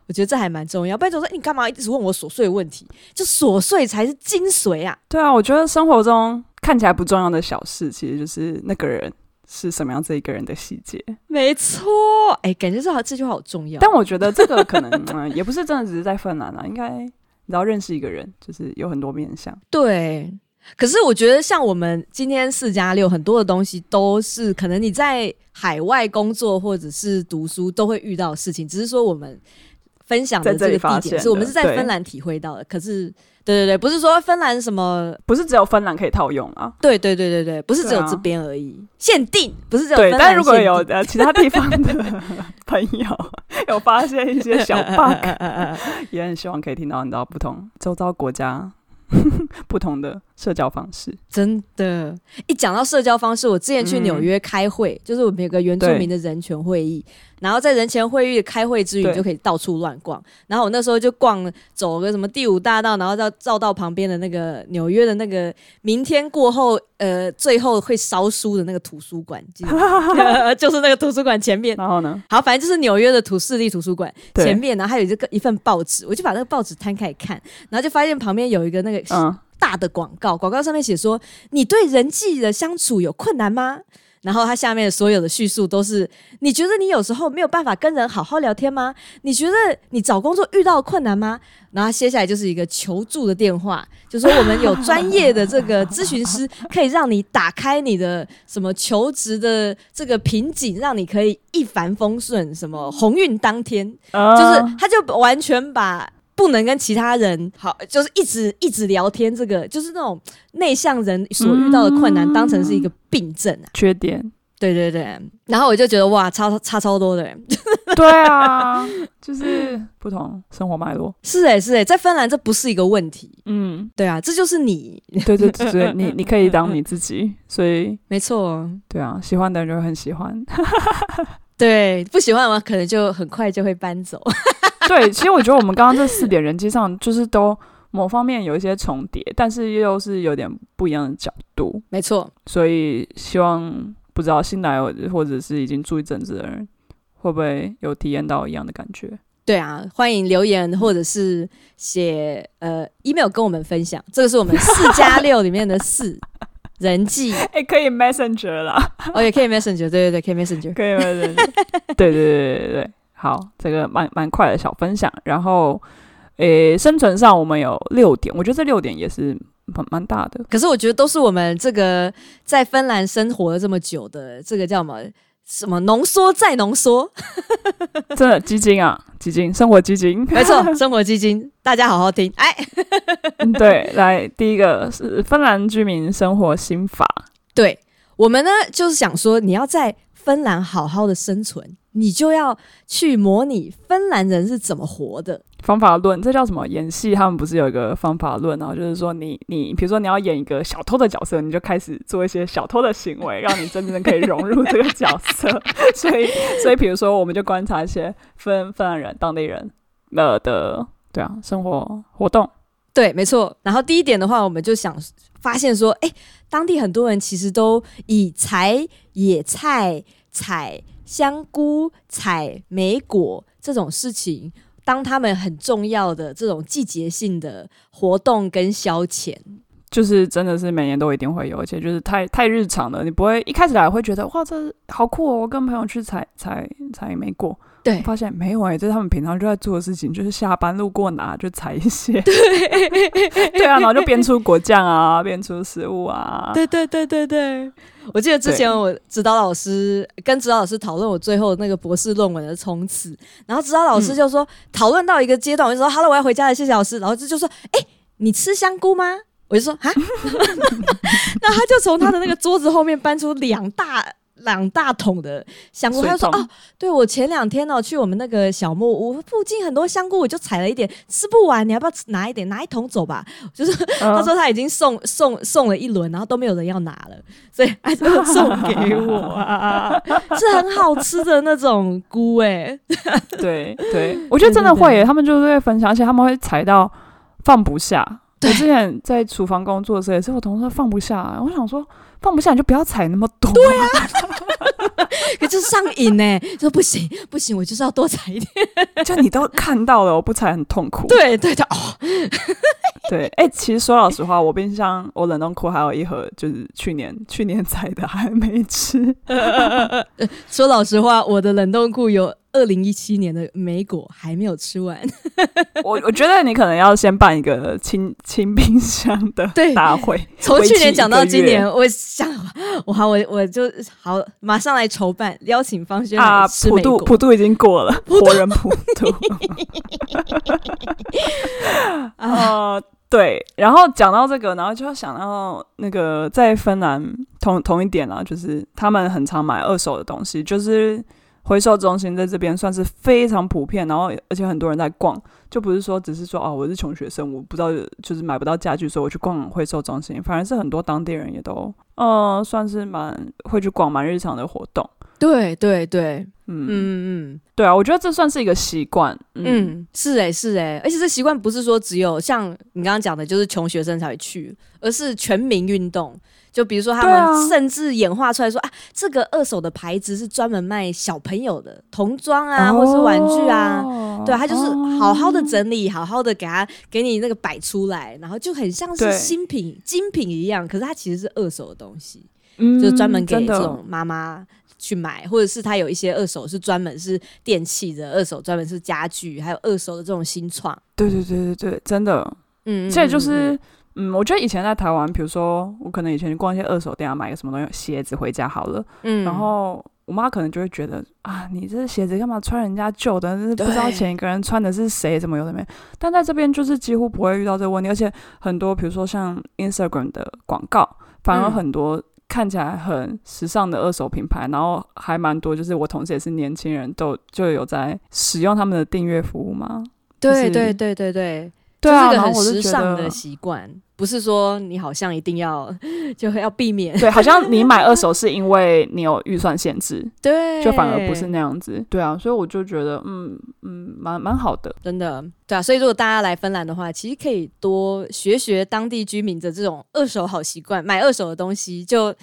Speaker 1: 我觉得这还蛮重要，不然就说、哎你干嘛一直问我琐碎的问题？就琐碎才是精髓啊！
Speaker 2: 对啊，我觉得生活中看起来不重要的小事，其实就是那个人是什么样子一个人的细节。
Speaker 1: 没错，哎、感觉这好这句话好重要。
Speaker 2: 但我觉得这个可能、 嗯、也不是真的只是在芬兰啊，应该你知道认识一个人就是有很多面向。
Speaker 1: 对，可是我觉得像我们今天四加六很多的东西都是可能你在海外工作或者是读书都会遇到的事情，只是说我们分享的
Speaker 2: 在
Speaker 1: 这
Speaker 2: 这里
Speaker 1: 个地
Speaker 2: 发
Speaker 1: 点
Speaker 2: 现
Speaker 1: 是我们
Speaker 2: 的
Speaker 1: 是在
Speaker 2: 对
Speaker 1: 芬兰体会到的。可是，对对对，不是说芬兰什么，
Speaker 2: 不是只有芬兰可以套用啊，
Speaker 1: 对对对对对，不是只有
Speaker 2: 对啊
Speaker 1: 这边而已，限定不是只有
Speaker 2: 对，
Speaker 1: 芬兰
Speaker 2: 但如果
Speaker 1: 限
Speaker 2: 有
Speaker 1: 定
Speaker 2: 呃其他地方的朋友有发现一些 小 bug，也很希望可以听到很多不同周遭国家 不同的社交方式。
Speaker 1: 真的，一讲到社交方式，我之前去纽约开会，就是我们有个原住民的人权会议，然后在人权会议开会之余，
Speaker 2: 对
Speaker 1: 你就可以到处乱逛。然后我那时候就逛走个什么第五大道，然后到绕到旁边的那个纽约的那个明天过后，呃，最后会烧书的那个图书馆，记得吗呃就是那个图书馆前面。
Speaker 2: 然后呢，
Speaker 1: 好，反正就是纽约的图市立图书馆
Speaker 2: 对
Speaker 1: 前面，然后还有这个一份报纸，我就把那个报纸摊开看，然后就发现旁边有一个那个
Speaker 2: 嗯，
Speaker 1: 大的广告，广告上面写说：“你对人际的相处有困难吗？”然后它下面所有的叙述都是：“你觉得你有时候没有办法跟人好好聊天吗？你觉得你找工作遇到困难吗？”然后它接下来就是一个求助的电话，就说我们有专业的这个咨询师，可以让你打开你的什么求职的这个瓶颈，让你可以一帆风顺，什么鸿运当天。
Speaker 2: 呃
Speaker 1: 就是他就完全把不能跟其他人好，就是一直一直聊天，这个就是那种内向人所遇到的困难，
Speaker 2: 嗯
Speaker 1: 当成是一个病症啊。
Speaker 2: 缺点。
Speaker 1: 对对对，然后我就觉得哇，差差超多的、欸，
Speaker 2: 对啊，就是不同生活脉络。
Speaker 1: 是哎、是哎、在芬兰这不是一个问题，
Speaker 2: 嗯，
Speaker 1: 对啊，这就是你，
Speaker 2: 对对对对，你你可以当你自己，所以
Speaker 1: 没错，
Speaker 2: 对啊，喜欢的人就会很喜欢。
Speaker 1: 对，不喜欢的话，可能就很快就会搬走。
Speaker 2: 对，其实我觉得我们刚刚这四点人际上，就是都某方面有一些重叠，但是又是有点不一样的角度，
Speaker 1: 没错，
Speaker 2: 所以希望不知道新来或者是已经住一阵子的人，会不会有体验到一样的感觉？
Speaker 1: 对啊，欢迎留言或者是写呃 email 跟我们分享。这个是我们四加六里面的 四人际，
Speaker 2: 哎、可以 Messenger 啦，
Speaker 1: 哦，也可以 messenger，对对对，可以 messenger。
Speaker 2: 可以 Messenger，对对对对对，好，这个蛮蛮快的小分享。然后，诶，生存上我们有六点，我觉得这六点也是蛮蛮大的。
Speaker 1: 可是我觉得都是我们这个在芬兰生活了这么久的，这个叫什么什么浓缩再浓缩，
Speaker 2: 真的基金啊，基金，生活基金。
Speaker 1: 没错，生活基金，大家好好听。哎，
Speaker 2: 嗯 对，来第一个是芬兰居民生活心法。
Speaker 1: 对我们呢，就是想说，你要在芬兰好好的生存，你就要去模拟芬兰人是怎么活的。
Speaker 2: 方法论，这叫什么？演戏他们不是有一个方法论啊？就是说你你，比如说你要演一个小偷的角色，你就开始做一些小偷的行为，让你真正可以融入这个角色。所以 所以，比如说我们就观察一些芬芬兰人、当地人呃的对啊生活活动，
Speaker 1: 对，没错。然后第一点的话，我们就想发现说，哎，当地很多人其实都以采野菜、采香菇、采莓果这种事情，当他们很重要的这种季节性的活动跟消遣。
Speaker 2: 就是真的是每年都一定会有，而且就是太太日常了，你不会一开始来会觉得哇，这好酷哦！我跟朋友去采采采莓果，
Speaker 1: 对
Speaker 2: 发现没有哎、这是他们平常就在做的事情，就是下班路过哪就采一些， 对啊，然后就变出果酱啊，变出食物啊，
Speaker 1: 对对对对对，我记得之前我指导老师跟指导老师讨论我最后那个博士论文的冲刺，然后指导老师就说讨论、到一个阶段，我就说好了，我要回家了，谢谢老师。然后就就说，哎、你吃香菇吗？我就说啊， 那他就从他的那个桌子后面搬出两大。两大桶的香菇，
Speaker 2: 水
Speaker 1: 他就说：“
Speaker 2: 桶
Speaker 1: 哦，对我前两天呢、去我们那个小木屋附近很多香菇，我就采了一点，吃不完，你要不要拿一点？拿一桶走吧。”就是
Speaker 2: 嗯
Speaker 1: 他说他已经送送送了一轮，然后都没有人要拿了，所以他就送给我 啊，是很好吃的那种菇哎、
Speaker 2: 对 对，我觉得真的会耶、欸他们就是会分享，而且他们会踩到放不下。我之前在厨房工作的时候，也是我同事说放不下、啊我想说放不下你就不要踩那么多，对啊，
Speaker 1: 可就是上瘾哎、说不行不行，我就是要多采一点。
Speaker 2: 就你都看到了，我不踩很痛苦。
Speaker 1: 对对的哦，
Speaker 2: 对，哎、其实说老实话，我冰箱我冷冻库还有一盒，就是去年去年 采的还没吃。
Speaker 1: 说老实话，我的冷冻库有二零一七年的莓果还没有吃完。
Speaker 2: 我我觉得你可能要先办一个清清冰箱的
Speaker 1: 对
Speaker 2: 大会，
Speaker 1: 从
Speaker 2: 为期
Speaker 1: 去年讲到今
Speaker 2: 一
Speaker 1: 年，
Speaker 2: 个
Speaker 1: 我想我好我我就好马上来筹办，邀请方轩
Speaker 2: 啊
Speaker 1: 来，吃
Speaker 2: 普
Speaker 1: 莓
Speaker 2: 渡
Speaker 1: 果。
Speaker 2: 普渡已经过了，活人普 渡。呃，对，然后讲到这个，然后就要想到那个在芬兰同同一点啊，就是他们很常买二手的东西，就是回收中心在这边算是非常普遍，然后而且很多人在逛，就不是说只是说哦，我是穷学生，我不知道就是买不到家具，所以我去逛回收中心，反而是很多当地人也都嗯、呃算是蛮会去逛蛮日常的活动，
Speaker 1: 对对对，
Speaker 2: 嗯
Speaker 1: 嗯嗯。
Speaker 2: 对啊，我觉得这算是一个习惯。嗯，
Speaker 1: 嗯，是哎、是哎、而且这习惯不是说只有像你刚刚讲的，就是穷学生才会去，而是全民运动。就比如说他
Speaker 2: 对啊
Speaker 1: 们甚至演化出来说啊这个二手的牌子是专门卖小朋友的童装啊，或是玩具啊。
Speaker 2: 哦
Speaker 1: 对，他就是
Speaker 2: 哦
Speaker 1: 好好的整理，好好的给他给你那个摆出来，然后就很像是
Speaker 2: 对
Speaker 1: 新品精品一样，可是它其实是二手的东西。
Speaker 2: 嗯
Speaker 1: 就专门给
Speaker 2: 真的
Speaker 1: 这种妈妈去买，或者是他有一些二手是专门是电器的，二手专门是家具，还有二手的这种新创。
Speaker 2: 对对对对对，真的。
Speaker 1: 嗯，嗯
Speaker 2: 这就
Speaker 1: 嗯
Speaker 2: 是，嗯，我觉得以前在台湾，比如说我可能以前去逛一些二手店啊，买个什么东西鞋子回家好了，
Speaker 1: 嗯，
Speaker 2: 然后我妈可能就会觉得啊，你这鞋子干嘛穿人家旧的？真是不知道
Speaker 1: 对
Speaker 2: 前一个人穿的是谁，怎么有的没。但在这边就是几乎不会遇到这个问题，而且很多比如说像 Instagram 的广告，反而
Speaker 1: 嗯
Speaker 2: 很多。看起来很时尚的二手品牌，然后还蛮多，就是我同事也是年轻人都就有在使用他们的订阅服务嘛。
Speaker 1: 对
Speaker 2: 就是
Speaker 1: 对对对对，
Speaker 2: 对啊，
Speaker 1: 就是一
Speaker 2: 然
Speaker 1: 个
Speaker 2: 后
Speaker 1: 很
Speaker 2: 我就
Speaker 1: 时
Speaker 2: 觉
Speaker 1: 尚
Speaker 2: 得
Speaker 1: 的 习惯，不是说你好像一定要 就要避免，
Speaker 2: 对，好像你买二手是因为你有预算限制，
Speaker 1: 对，
Speaker 2: 就反而不是那样子。对啊，所以我就觉得，嗯嗯，蛮蛮好 的。
Speaker 1: 真的，对啊，所以如果大家来芬兰的话，其实可以多学学当地居民的这种二手好习惯，买二手的东西就。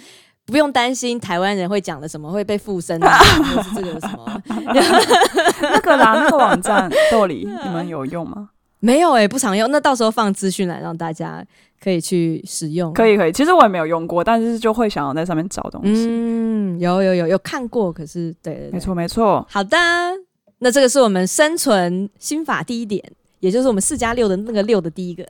Speaker 1: 不用担心台湾人会讲的什么会被附身 啊，或者是这个什么
Speaker 2: 那个啦，那个网站豆 梨，你们有用吗？
Speaker 1: 没有哎、不常用。那到时候放资讯栏让大家可以去使用。
Speaker 2: 可
Speaker 1: 以，
Speaker 2: 以可以，其实我也没有用过，但是就会想要在上面找东西。
Speaker 1: 嗯，有有有有看过，可是对对对
Speaker 2: 没，错没错，
Speaker 1: 好的，那这个是我们生存心法第一点，也就是我们四加六的那个六的第一个。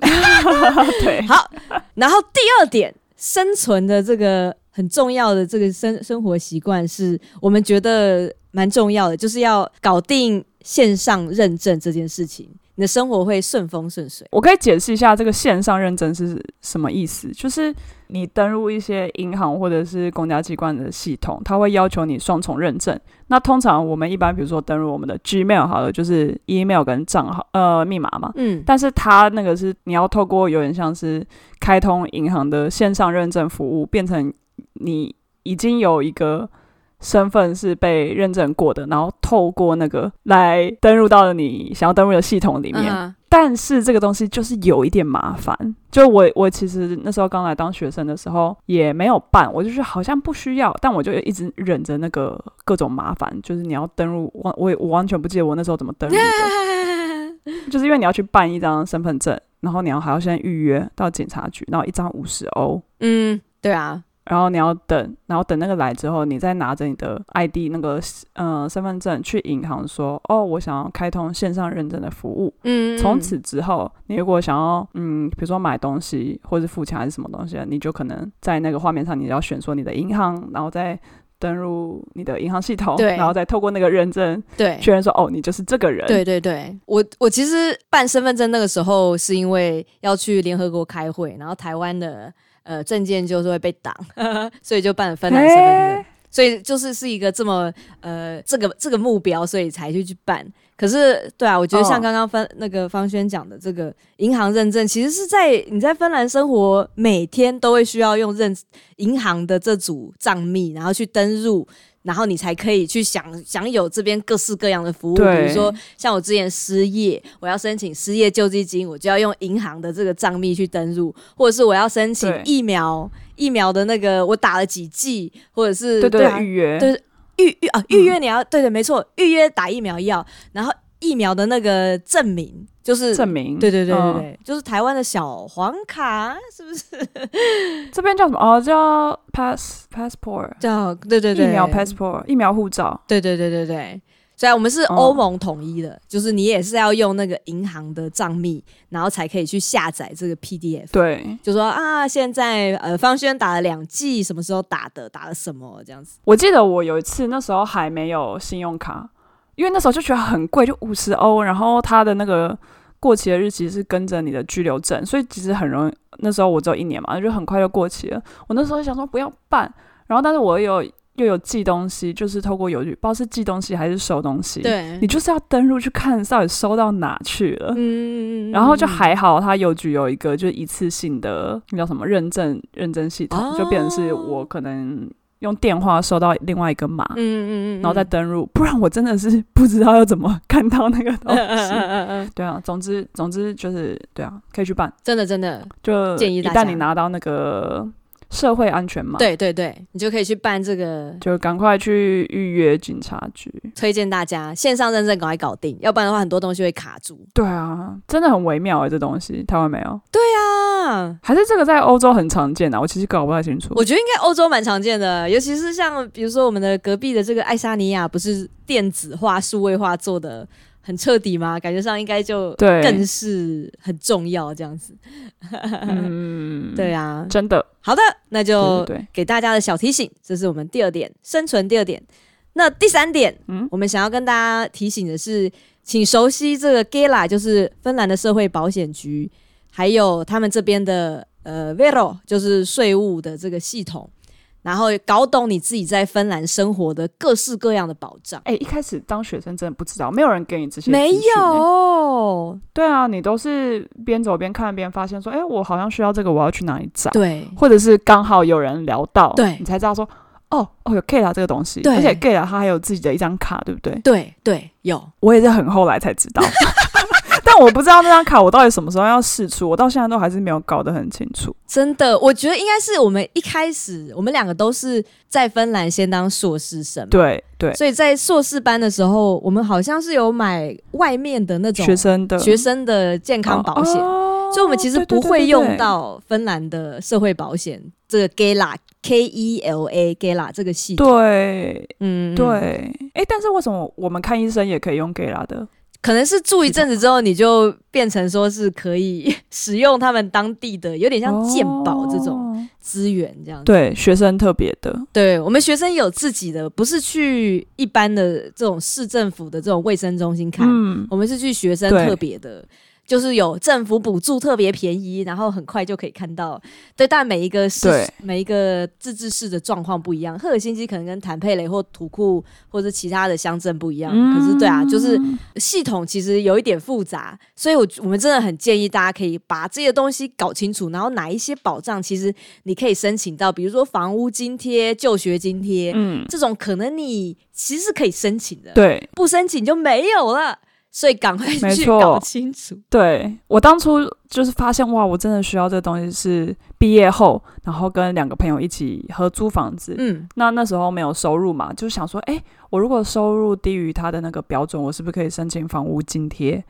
Speaker 2: 对，
Speaker 1: 好，然后第二点，生存的这个很重要的这个生生活习惯，是我们觉得蛮重要的，就是要搞定线上认证这件事情，你的生活会顺风顺水。
Speaker 2: 我可以解释一下这个线上认证是什么意思，就是你登入一些银行或者是公家机关的系统，它会要求你双重认证。那通常我们一般比如说登入我们的 Gmail 好了，就是 email 跟账号呃密码嘛。
Speaker 1: 嗯，
Speaker 2: 但是它那个是你要透过有点像是开通银行的线上认证服务，变成你已经有一个身份是被认证过的，然后透过那个来登入到你想要登入的系统里面。
Speaker 1: 嗯
Speaker 2: 但是这个东西就是有一点麻烦，就我我其实那时候刚来当学生的时候也没有办，我就是好像不需要，但我就一直忍着那个各种麻烦，就是你要登入，我我也我完全不记得我那时候怎么登入的，就是因为你要去办一张身份证，然后你要还要先预约到警察局，然后一张五十欧，
Speaker 1: 嗯，对啊，
Speaker 2: 然后你要等，然后等那个来之后，你再拿着你的 ID 那个呃身份证去银行说，哦，我想要开通线上认证的服务，
Speaker 1: 嗯，
Speaker 2: 从此之后，你如果想要，嗯，比如说买东西或者付钱还是什么东西的，你就可能在那个画面上，你要选说你的银行，然后再登入你的银行系统，
Speaker 1: 对
Speaker 2: 然后再透过那个认证
Speaker 1: 对。
Speaker 2: 确认说，哦，你就是这个人。
Speaker 1: 对对对，我我其实办身份证那个时候是因为要去联合国开会，然后台湾的呃证件就是会被挡， 所以就办了芬兰身份证。
Speaker 2: 诶
Speaker 1: 所以就是是一个这么呃这个这个目标，所以才去去办。可是对啊，我觉得像
Speaker 2: 哦
Speaker 1: 刚刚芬、那个方轩讲的，这个银行认证其实是在你在芬兰生活，每天都会需要用认银行的这组账密，然后去登入。然后你才可以去享享有这边各式各样的服务，比
Speaker 2: 对
Speaker 1: 如说像我之前失业，我要申请失业救济金，我就要用银行的这个账密去登入，或者是我要申请
Speaker 2: 对
Speaker 1: 疫苗，疫苗的那个我打了几剂，或者是
Speaker 2: 对
Speaker 1: 对啊
Speaker 2: 对，预嗯约。
Speaker 1: 对预预啊，预约你要、对对，没错，预约打疫苗要，然后疫苗的那个证明就是
Speaker 2: 证明
Speaker 1: 对对对对
Speaker 2: 嗯
Speaker 1: 对，就是台湾的小黄卡是不是
Speaker 2: 这边叫什么？哦，叫 pass passport，
Speaker 1: 叫对对对
Speaker 2: 疫苗 passport，疫苗护照。
Speaker 1: 对对对对对。虽然我们是
Speaker 2: 哦
Speaker 1: 欧盟统一的，就是你也是要用那个银行的账密，然后才可以去下载这个 PDF。
Speaker 2: 对，
Speaker 1: 就说啊，现在呃，方轩打了两剂，什么时候打的，打了什么这样子。
Speaker 2: 我记得我有一次那时候还没有信用卡，因为那时候就觉得很贵，就五十欧，然后它的那个过期的日期是跟着你的居留证，所以其实很容易。那时候我只有一年嘛，就很快就过期了。我那时候就想说不要办，然后但是我又有又有寄东西，就是透过邮局，不知道是寄东西还是收东西，，
Speaker 1: 对
Speaker 2: 你，就是要登录去看到底收到哪去了。
Speaker 1: 嗯
Speaker 2: 然后就还好，它邮局有一个就是一次性的那叫什么认证认证系统，就变成是
Speaker 1: 哦
Speaker 2: 我可能用电话收到另外一个码，
Speaker 1: 嗯嗯嗯，
Speaker 2: 然后再登录，不然我真的是不知道要怎么看到那个
Speaker 1: 嗯
Speaker 2: 东
Speaker 1: 嗯嗯
Speaker 2: 西。
Speaker 1: 嗯嗯，
Speaker 2: 对啊，总之总之就是对啊，可以去办。
Speaker 1: 真的真的，
Speaker 2: 就
Speaker 1: 建议
Speaker 2: 一
Speaker 1: 大
Speaker 2: 旦
Speaker 1: 家
Speaker 2: 你拿到那个社会安全码，，
Speaker 1: 对对对，你就可以去办这个。
Speaker 2: 就赶快去预约警察局。
Speaker 1: 推荐大家线上认证赶快搞定，要不然的话很多东西会卡住。
Speaker 2: 对啊，真的很微妙哎、这东西台湾没有，
Speaker 1: 啊，
Speaker 2: 还是这个在欧洲很常见啊？我其实搞不太清楚。
Speaker 1: 我觉得应该欧洲蛮常见的，尤其是像比如说我们的隔壁的这个爱沙尼亚，不是电子化、数位化做的很彻底吗？感觉上应该就
Speaker 2: 对
Speaker 1: 更是很重要这样子。
Speaker 2: 嗯，
Speaker 1: 对啊，
Speaker 2: 真的，
Speaker 1: 好的，那就
Speaker 2: 对对对
Speaker 1: 给大家的小提醒，这是我们第二点，生存第二点。那第三点，
Speaker 2: 嗯
Speaker 1: 我们想要跟大家提醒的是，请熟悉这个 Gela，就是芬兰的社会保险局，还有他们这边的呃 Vero，就是税务的这个系统。然后搞懂你自己在芬兰生活的各式各样的保障。
Speaker 2: 哎、一开始当学生真的不知道，没有人给你这些、欸
Speaker 1: 没。有，
Speaker 2: 对啊，你都是边走边看边发现说，哎、我好像需要这个，我要去哪里找？
Speaker 1: 对
Speaker 2: 或者是刚好有人聊到，
Speaker 1: 对
Speaker 2: 你才知道说，哦哦，有 K 啦这个东西，
Speaker 1: 对
Speaker 2: 而且 K 啦它还有自己的一张卡，对不对？
Speaker 1: 对对，有。
Speaker 2: 我也是很后来 才知道，但我不知道那张卡我到底什么时候要试出，我到现在都还是没有搞得很清楚。
Speaker 1: 真的，我觉得应该是我们一开始，我们两个都是在芬兰先当硕士生嘛，
Speaker 2: 对对，
Speaker 1: 所以在硕士班的时候，我们好像是有买外面的那种
Speaker 2: 学生的
Speaker 1: 学生的健康保险，
Speaker 2: 哦
Speaker 1: 所以我们其实
Speaker 2: 对对
Speaker 1: 不
Speaker 2: 对
Speaker 1: 会
Speaker 2: 对
Speaker 1: 用
Speaker 2: 对
Speaker 1: 到芬兰的社会保险这个 Gela K E L A Gela 这个系统。
Speaker 2: 对
Speaker 1: 嗯，嗯
Speaker 2: 对，哎、但是为什么我们看医生也可以用 Gay 啦的？
Speaker 1: 可能是住一阵子之后，你就变成说是可以使用他们当地的，有点像健保这种
Speaker 2: 哦
Speaker 1: 资源这样子。
Speaker 2: 对学生特别的，
Speaker 1: 对我们学生有自己的，不是去一般的这种市政府的这种卫生中心看，
Speaker 2: 嗯，
Speaker 1: 我们是去学生
Speaker 2: 对
Speaker 1: 特别的，就是有政府补助特别便宜，然后很快就可以看到。对，但每一个市
Speaker 2: 对
Speaker 1: 每一个自治市的状况不一样，赫尔辛基可能跟坦佩雷或土库或者其他的乡镇不一样。可是对啊，就是
Speaker 2: 嗯
Speaker 1: 系统其实有一点复杂，所以我我们真的很建议大家可以把这些东西搞清楚，然后哪一些保障其实你可以申请到，比如说房屋津贴、就学津贴、
Speaker 2: 嗯，
Speaker 1: 这种，可能你其实是可以申请的。
Speaker 2: 对
Speaker 1: 不申请就没有了，所以赶快
Speaker 2: 没
Speaker 1: 去
Speaker 2: 错
Speaker 1: 搞清楚。
Speaker 2: 对，我当初就是发现哇，我真的需要这个东西是毕业后，然后跟两个朋友一起合租房子。
Speaker 1: 嗯，
Speaker 2: 那那时候没有收入嘛，就想说，哎、我如果收入低于他的那个标准，我是不是可以申请房屋津贴？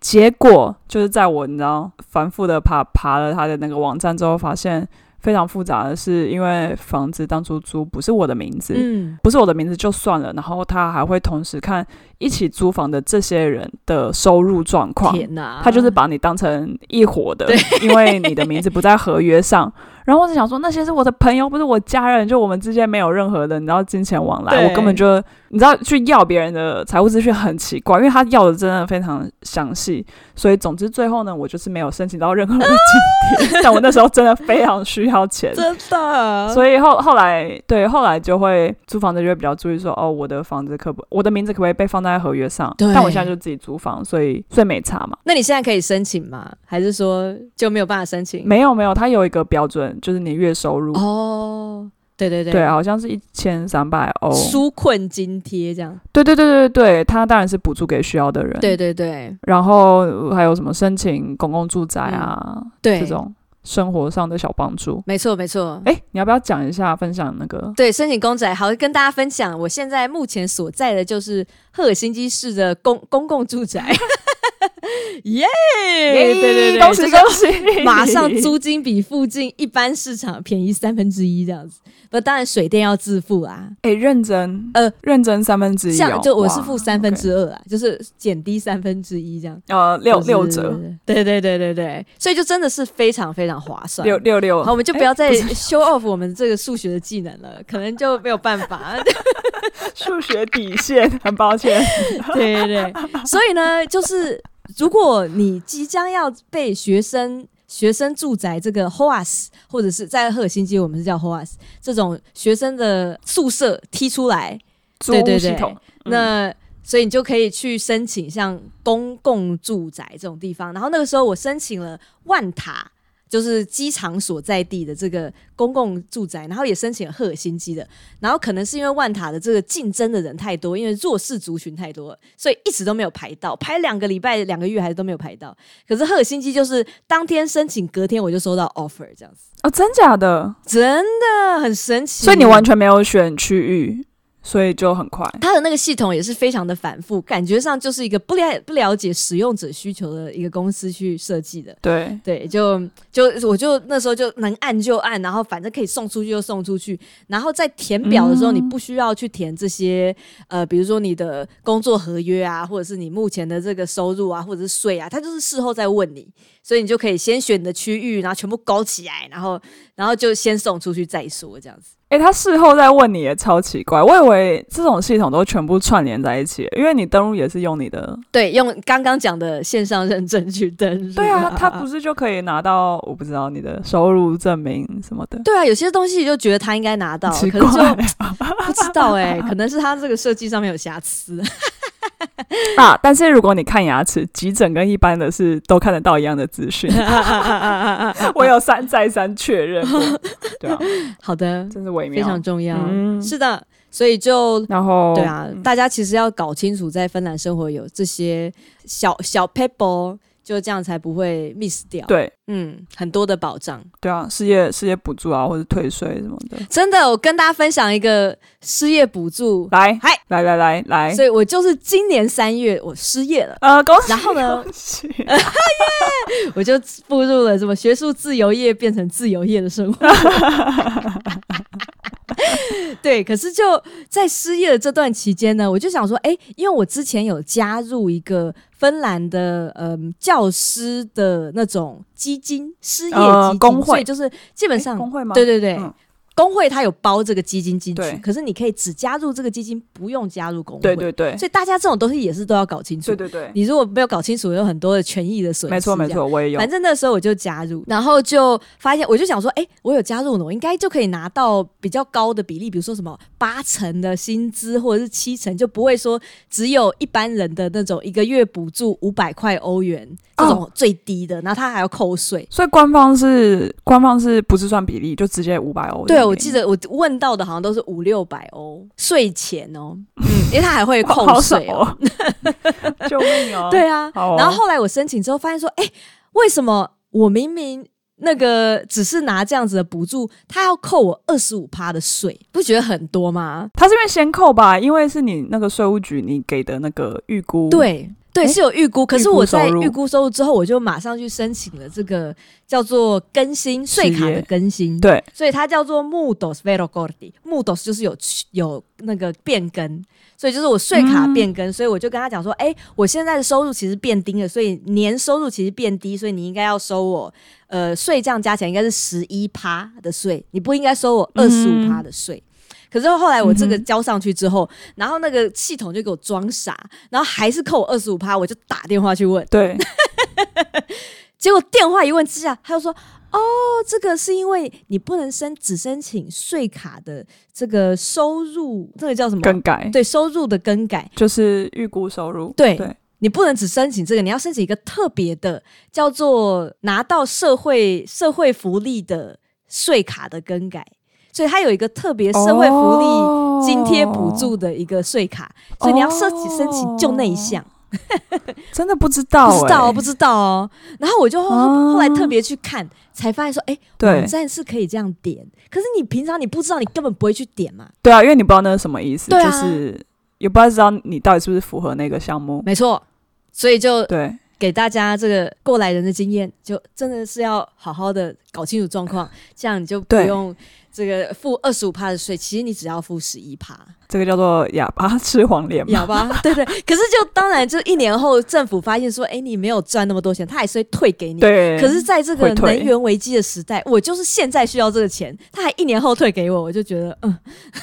Speaker 2: 结果就是在我你知道反复的爬爬了他的那个网站之后，发现非常复杂的是，因为房子当初租不是我的名字，
Speaker 1: 嗯，
Speaker 2: 不是我的名字就算了，然后他还会同时看一起租房的这些人的收入状况，
Speaker 1: 天哪，
Speaker 2: 他就是把你当成一伙的，因为你的名字不在合 约上。然后我只想说，那些是我的朋友，不是我家人，就我们之间没有任何的，你知道金钱往来，
Speaker 1: 对
Speaker 2: 我根本就你知道去要别人的财务资讯很奇怪，因为他要的真的非常详细。所以总之最后呢，我就是没有申请到任何的津 贴，但我那时候真的非常需要钱。
Speaker 1: 真的，以
Speaker 2: 所以后后来对后来就会租房子就会比较注意说哦，我的房子可不我的名字可不可以被放在合约上？
Speaker 1: 对
Speaker 2: 但我现在就自己租房，所以所以没差嘛。
Speaker 1: 那你现在可以申请吗？还是说就没有办法申请？
Speaker 2: 没有没有，它有一个标准，就是你月收入，
Speaker 1: 哦，对对对，
Speaker 2: 对，啊好像是一千三百欧。
Speaker 1: 纾困津贴这样，
Speaker 2: 对对对对对，它当然是补助给需要的人。，
Speaker 1: 对对对
Speaker 2: 然后呃还有什么申请公共住宅啊、
Speaker 1: 嗯对，嗯
Speaker 2: 这种生活上的小帮助。
Speaker 1: 没错没错。
Speaker 2: 哎，你要不要讲一下分享那 个？
Speaker 1: 对，申请公仔，好跟大家分享，我现在目前所在的就是赫尔辛基市的公公共住 宅，耶、对对对，
Speaker 2: 恭
Speaker 1: 就是
Speaker 2: 喜恭 喜！
Speaker 1: 马上租金比附近一般市场便宜三分之一这样子。不，当然水电要自付啊，
Speaker 2: 哎，认真
Speaker 1: 呃
Speaker 2: 认真三分之一哦、
Speaker 1: 像就我是
Speaker 2: 哇
Speaker 1: 付三分
Speaker 2: OK
Speaker 1: 之二啊，就是减低三分之一这样。
Speaker 2: 呃六
Speaker 1: 就是
Speaker 2: 六折，。
Speaker 1: 对对对对对，所以就真的是非常非常划算。
Speaker 2: 六六六。
Speaker 1: 好，我们就不要再
Speaker 2: 哎不
Speaker 1: show off 我们这个数学的技能了，可能就没有办法。
Speaker 2: 数学底线，很抱歉。
Speaker 1: 对对对，所以呢，就是如果你即将要被学生学生住宅这个 HOAS，或者是在赫尔辛基我们是叫 HOAS 这种学生的宿舍踢出来，
Speaker 2: 租
Speaker 1: 对对
Speaker 2: 屋
Speaker 1: 对
Speaker 2: 系统，嗯
Speaker 1: 那所以你就可以去申请像公共住宅这种地方。然后那个时候我申请了万塔。就是机场所在地的这个公共住宅，然后也申请了赫尔辛基的，然后可能是因为万塔的这个竞争的人太多，因为弱势族群太多了，所以一直都没有排到，排两个礼拜、两个月还是都没有排到。可是赫尔辛基就是当天申请，隔天我就收到 offer，这样子
Speaker 2: 哦，真假的？
Speaker 1: 真的很神奇。
Speaker 2: 所以你完全没有选区域，所以就很快。
Speaker 1: 它的那个系统也是非常的反复，感觉上就是一个不了不了解使用者需求的一个公司去设计的。
Speaker 2: 对，
Speaker 1: 对，就就我就那时候就能按就按，然后反正可以送出去就送出去，然后在填表的时候，
Speaker 2: 嗯
Speaker 1: 你不需要去填这些、呃，比如说你的工作合约啊，或者是你目前的这个收入啊，或者是税啊，它就是事后再问你，所以你就可以先选你的区域，然后全部勾起来，然后然后就先送出去再说这样子。
Speaker 2: 诶，他事后再问你也超奇怪，我以为这种系统都全部串联在一起，因为你登录也是用你的。
Speaker 1: 对，用刚刚讲的线上认证去登入。
Speaker 2: 对啊，他不是就可以拿到我不知道你的收入证明什么的。
Speaker 1: 对啊，有些东西就觉得他应该拿到，
Speaker 2: 奇
Speaker 1: 哦可
Speaker 2: 怪
Speaker 1: 是就 不知道哎、 可能是他这个设计上面有瑕 疵。
Speaker 2: 啊！但是如果你看牙齿，急诊跟一般的是都看得到一样的 资讯。我有三再三确认过，对啊，
Speaker 1: 好的，
Speaker 2: 真是微
Speaker 1: 非
Speaker 2: 妙。
Speaker 1: 常重要。
Speaker 2: 嗯
Speaker 1: 是的，所以就
Speaker 2: 然后
Speaker 1: 对，啊，大家其实要搞清楚，在芬兰生活有这些小小 people，就这样才不会 miss 掉。，
Speaker 2: 对
Speaker 1: 嗯，很多的保障。
Speaker 2: 对啊，失业失业补助啊，或者退税什么的。
Speaker 1: 真的，我跟大家分享一个失业补助，
Speaker 2: 来
Speaker 1: 嗨，
Speaker 2: 来来来来
Speaker 1: 所，以我就是今年三月我失业了，
Speaker 2: 呃，恭喜
Speaker 1: 然后呢嗯
Speaker 2: 恭喜！
Speaker 1: 我就步入了什么学术自由业变成自由业的生活。 对，可是就在失业的这段期间呢，我就想说，哎、因为我之前有加入一个芬兰的嗯教师的那种基金，失业基金、
Speaker 2: 呃工会
Speaker 1: 所以就是基本
Speaker 2: 诶
Speaker 1: 上、
Speaker 2: 工会吗？
Speaker 1: 对对对。
Speaker 2: 嗯
Speaker 1: 工会它有包这个基金进去
Speaker 2: 对，
Speaker 1: 可是你可以只加入这个基金，不用加入工会。
Speaker 2: 对对对
Speaker 1: 所以大家这种东西也是都要搞清楚。
Speaker 2: 对对对，
Speaker 1: 你如果没有搞清楚，有很多的权益的损失。
Speaker 2: 没错没。错，我也有
Speaker 1: 反。正那时候我就加入，然后就发现，我就想说，哎、我有加入呢，我应该就可以拿到比较高的比例，比如说什么八成的薪资，或者是七成，就不会说只有一般人的那种一个月补助五百块欧元这种最低的，然后他还要扣税。
Speaker 2: 所以官方是官方是不是算比例就直接五百欧？
Speaker 1: 对，我记得我问到的好像都是五六百欧税前哦，嗯，因为他还会扣
Speaker 2: 好少
Speaker 1: 税哦。
Speaker 2: 哦， 救命哦！
Speaker 1: 对啊，
Speaker 2: 好哦
Speaker 1: 然后后来我申请之后发现说，哎、为什么我明明那个只是拿这样子的补助，他要扣我二十五趴的税，不觉得很多吗？
Speaker 2: 他是因为先扣吧，因为是你那个税务局你给的那个预估，，
Speaker 1: 对。对，
Speaker 2: 诶
Speaker 1: 是有预估，可是我在
Speaker 2: 预估收入
Speaker 1: 预估收入之后，我就马上去申请了这个叫做更新税卡
Speaker 2: 失业
Speaker 1: 的更新，
Speaker 2: 对，
Speaker 1: 所以它叫做 mudos v e r o g o r d i mudos 就是有有那个变更，所以就是我税卡
Speaker 2: 嗯
Speaker 1: 变更，所以我就跟他讲说，哎、我现在的收入其实变低了，所以年收入其实变低，所以你应该要收我呃税这样加起来应该是十一趴的税，你不应该收我二十五
Speaker 2: 嗯
Speaker 1: 趴的税。可是后来我这个
Speaker 2: 嗯哼
Speaker 1: 交上去之后，然后那个系统就给我装傻，然后还是扣我二十五趴，我就打电话去问，
Speaker 2: 对，
Speaker 1: 结果电话一问之下，他就说：“哦，这个是因为你不能申只申请税卡的这个收入，这个叫什么？
Speaker 2: 更改
Speaker 1: 对收入的更改，
Speaker 2: 就是预估收入，
Speaker 1: 对
Speaker 2: 对
Speaker 1: 你不能只申请这个，你要申请一个特别的，叫做拿到社会社会福利的税卡的更改。所以它有一个特别社会福利
Speaker 2: 利
Speaker 1: 津贴补，
Speaker 2: 哦
Speaker 1: 助的一个税卡，所以你要申请申请就那一项。”
Speaker 2: 真的不知道、欸，
Speaker 1: 不知道哦，不知道哦。然后我就后、
Speaker 2: 哦
Speaker 1: 后来特别去看，才发现说，哎、
Speaker 2: 对
Speaker 1: 网站是可以这样点，可是你平常你不知道，你根本不会去点嘛。
Speaker 2: 对啊，因为你不知道那是什么意思，
Speaker 1: 对啊
Speaker 2: 就是也不知道你到底是不是符合那个项目，
Speaker 1: 没错，所以就
Speaker 2: 对，
Speaker 1: 给大家这个过来人的经验，就真的是要好好的搞清楚状况，这样你就不
Speaker 2: 对
Speaker 1: 用这个付二十五趴的税，其实你只要付十一趴。
Speaker 2: 这个叫做哑巴吃黄连嘛，
Speaker 1: 哑 巴，对对。可是就当然，就一年后政府发现说，哎、你没有赚那么多钱，他还是会退给你。
Speaker 2: 对，
Speaker 1: 可是，在这个
Speaker 2: 会退
Speaker 1: 能源危机的时代，我就是现在需要这个钱，他还一年后退给我，我就觉得嗯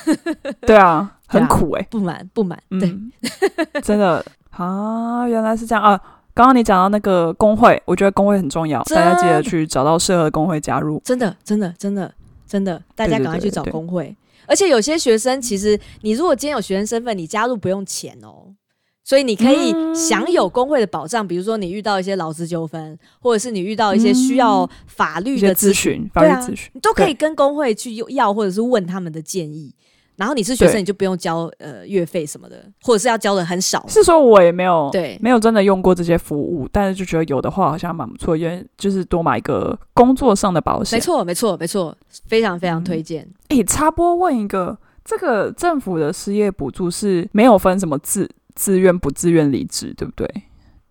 Speaker 2: 对啊，
Speaker 1: 对啊
Speaker 2: 很苦哎、欸，
Speaker 1: 不满不满。对，
Speaker 2: 嗯， 真的啊，原来是这样啊。刚刚你讲到那个工会，我觉得工会很重要，
Speaker 1: 真
Speaker 2: 大家记得去找到适合的工会加入。
Speaker 1: 真的真的真的真的，大家
Speaker 2: 对对
Speaker 1: 赶快去找
Speaker 2: 对对
Speaker 1: 工会。而且有些学生，其实你如果今天有学生身份，你加入不用钱哦。所以你可以
Speaker 2: 嗯
Speaker 1: 享有工会的保障，比如说你遇到一些劳资纠纷，或者是你遇到一些需要法律
Speaker 2: 嗯一
Speaker 1: 的
Speaker 2: 些
Speaker 1: 咨
Speaker 2: 咨
Speaker 1: 询。
Speaker 2: 询，法律
Speaker 1: 对啊
Speaker 2: 咨询
Speaker 1: 你都可以
Speaker 2: 对
Speaker 1: 跟工会去要，或者是问他们的建议。然后你是学生，
Speaker 2: 对
Speaker 1: 你就不用交呃月费什么的，或者是要交的很少。
Speaker 2: 是说我也没有
Speaker 1: 对
Speaker 2: 没有真的用过这些服务，但是就觉得有的话好像蛮不错，因为就是多买一个工作上的保
Speaker 1: 没
Speaker 2: 险。
Speaker 1: 错，没错，没错，非常
Speaker 2: 嗯
Speaker 1: 非常推荐。
Speaker 2: 诶，插播问一个，这个政府的失业补助是没有分什么自自愿不自愿离职，对不对？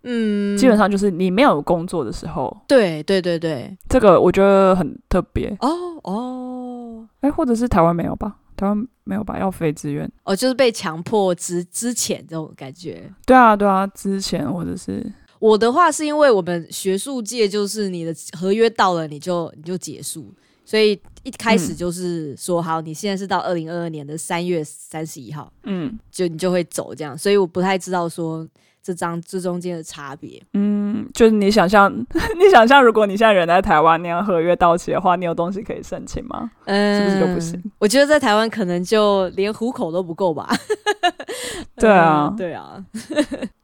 Speaker 1: 嗯，
Speaker 2: 基本上就是你没有工作的时候，
Speaker 1: 对对对对。
Speaker 2: 这个我觉得很特别。
Speaker 1: 哦哦
Speaker 2: 诶，或者是台湾没有吧？台湾没有吧？要非自愿。
Speaker 1: 哦，就是被强迫之之前这种感觉。
Speaker 2: 对啊，对啊，之前或者是
Speaker 1: 我的话是因为我们学术界就是你的合约到了你就你就结束，所以一开
Speaker 2: 嗯
Speaker 1: 始就是说，好，你现在是到二零二二年的三月三十一号，
Speaker 2: 嗯
Speaker 1: 就你就会走这样，所以我不太知道说这张这中间的差别。
Speaker 2: 嗯，就是你想象， 你想象，如果你现在人在台湾，那样合约到期的话，你有东西可以申请吗？
Speaker 1: 嗯，
Speaker 2: 是不是就不行？
Speaker 1: 我觉得在台湾可能就连糊口都不够吧。
Speaker 2: 对啊
Speaker 1: 嗯对啊，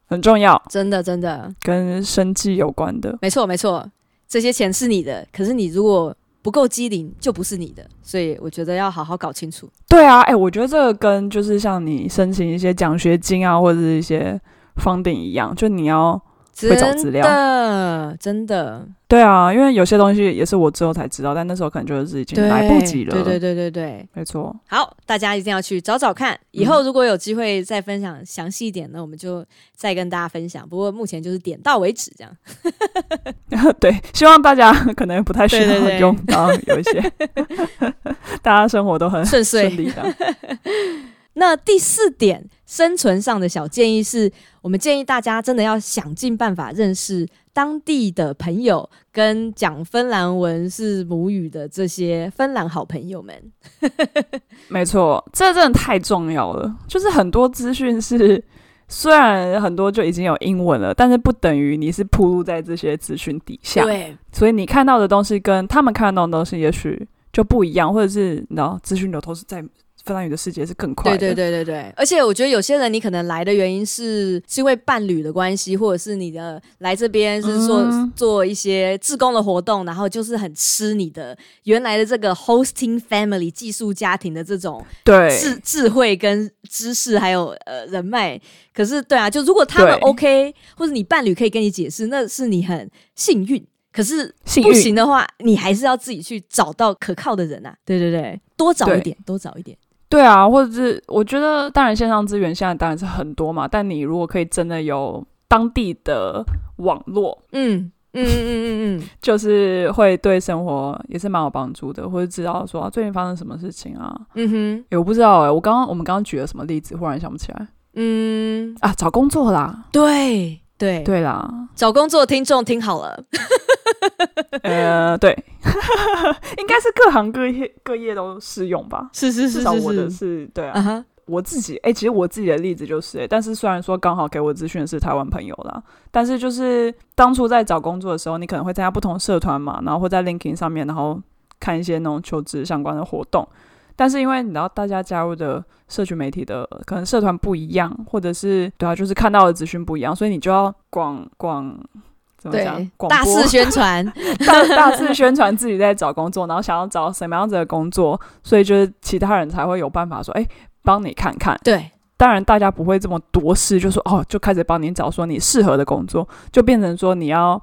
Speaker 2: 很重要，
Speaker 1: 真的真的，
Speaker 2: 跟生计有关的。
Speaker 1: 没错没错，这些钱是你的，可是你如果不够机灵，就不是你的，所以我觉得要好好搞清楚。
Speaker 2: 对啊，哎、我觉得这个跟就是像你申请一些奖学金啊，或者是一些 funding 一样，就你要
Speaker 1: 真
Speaker 2: 找资料
Speaker 1: 的真的，
Speaker 2: 对啊，因为有些东西也是我之后才知道，但那时候可能就是已经
Speaker 1: 对，
Speaker 2: 来不及了。
Speaker 1: 对对对对对，
Speaker 2: 没错，
Speaker 1: 好，大家一定要去找找看。以
Speaker 2: 嗯
Speaker 1: 后如果有机会再分享详细一点呢，我们就再跟大家分享。不过目前就是点到为止这 样。
Speaker 2: 对，希望大家 可能不太需
Speaker 1: 对对对
Speaker 2: 要用到有一 些，大家生活都很
Speaker 1: 顺遂
Speaker 2: 顺利的。
Speaker 1: 那第四点，生存上的小建议是，我们建议大家真的要想尽办法认识当地的朋友，跟讲芬兰文是母语的这些芬兰好朋友们。
Speaker 2: 没错，这真的太重要了。就是很多资讯是，虽然很多就已经有英文了，但是不等于你是铺露在这些资讯底下，
Speaker 1: 对，
Speaker 2: 所以你看到的东西跟他们看到的东西也许就不一样，或者是你知道，资讯流通是在芬兰语的世界是更快
Speaker 1: 对
Speaker 2: 的。
Speaker 1: 对对对对，而且我觉得有些人你可能来的原因是是因为伴侣的关系，或者是你的来这边是做、
Speaker 2: 嗯
Speaker 1: 做一些志工的活动，然后就是很吃你的原来的这个 hosting family 寄宿家庭的这种
Speaker 2: 对
Speaker 1: 智智慧跟知识，还有呃人脉。可是对啊，就如果他们
Speaker 2: 对
Speaker 1: OK，或者你伴侣可以跟你解释，那是你很幸运。可是
Speaker 2: 幸
Speaker 1: 不
Speaker 2: 运
Speaker 1: 行的话，你还是要自己去找到可靠的人啊。对对对，多找一
Speaker 2: 对
Speaker 1: 点，多找一点。
Speaker 2: 对啊，或者是我觉得，当然线上资源现在当然是很多嘛，但你如果可以真的有当地的网络，
Speaker 1: 嗯嗯嗯嗯嗯嗯，
Speaker 2: 就是会对生活也是蛮有帮助的，或者知道说、啊最近发生什么事情啊。
Speaker 1: 嗯哼，
Speaker 2: 诶我不知道哎、我刚刚我们刚刚举了什么例子，忽然想不起来
Speaker 1: 嗯，
Speaker 2: 啊，找工作啦，
Speaker 1: 对对，
Speaker 2: 对啦，
Speaker 1: 找工作的听众听好了，
Speaker 2: 呃，对， 应该是各行各业各业都适用吧。
Speaker 1: 是是
Speaker 2: 至少我的是对啊，
Speaker 1: 啊哈，
Speaker 2: 我自己哎、诶其实我自己的例子就是、诶但是虽然说刚好给我资讯的是台湾朋友啦，但是就是当初在找工作的时候，你可能会参加不同社团嘛，然后会在 LinkedIn 上面，然后看一些那种求职相关的活动。但是因为你知道，大家加入的社群媒体的可能社团不一样，或者是对啊，就是看到的资讯不一样，所以你就要广广怎么讲
Speaker 1: 对，，啊
Speaker 2: 广
Speaker 1: 大
Speaker 2: 播
Speaker 1: 肆宣传，
Speaker 2: 大大肆宣传自己在找工作，然后想要找什么样子的工作，所以就是其他人才会有办法说，哎、帮你看看。
Speaker 1: 对
Speaker 2: 当然，大家不会这么多事，就说哦，就开始帮你找说你适合的工作，就变成说你要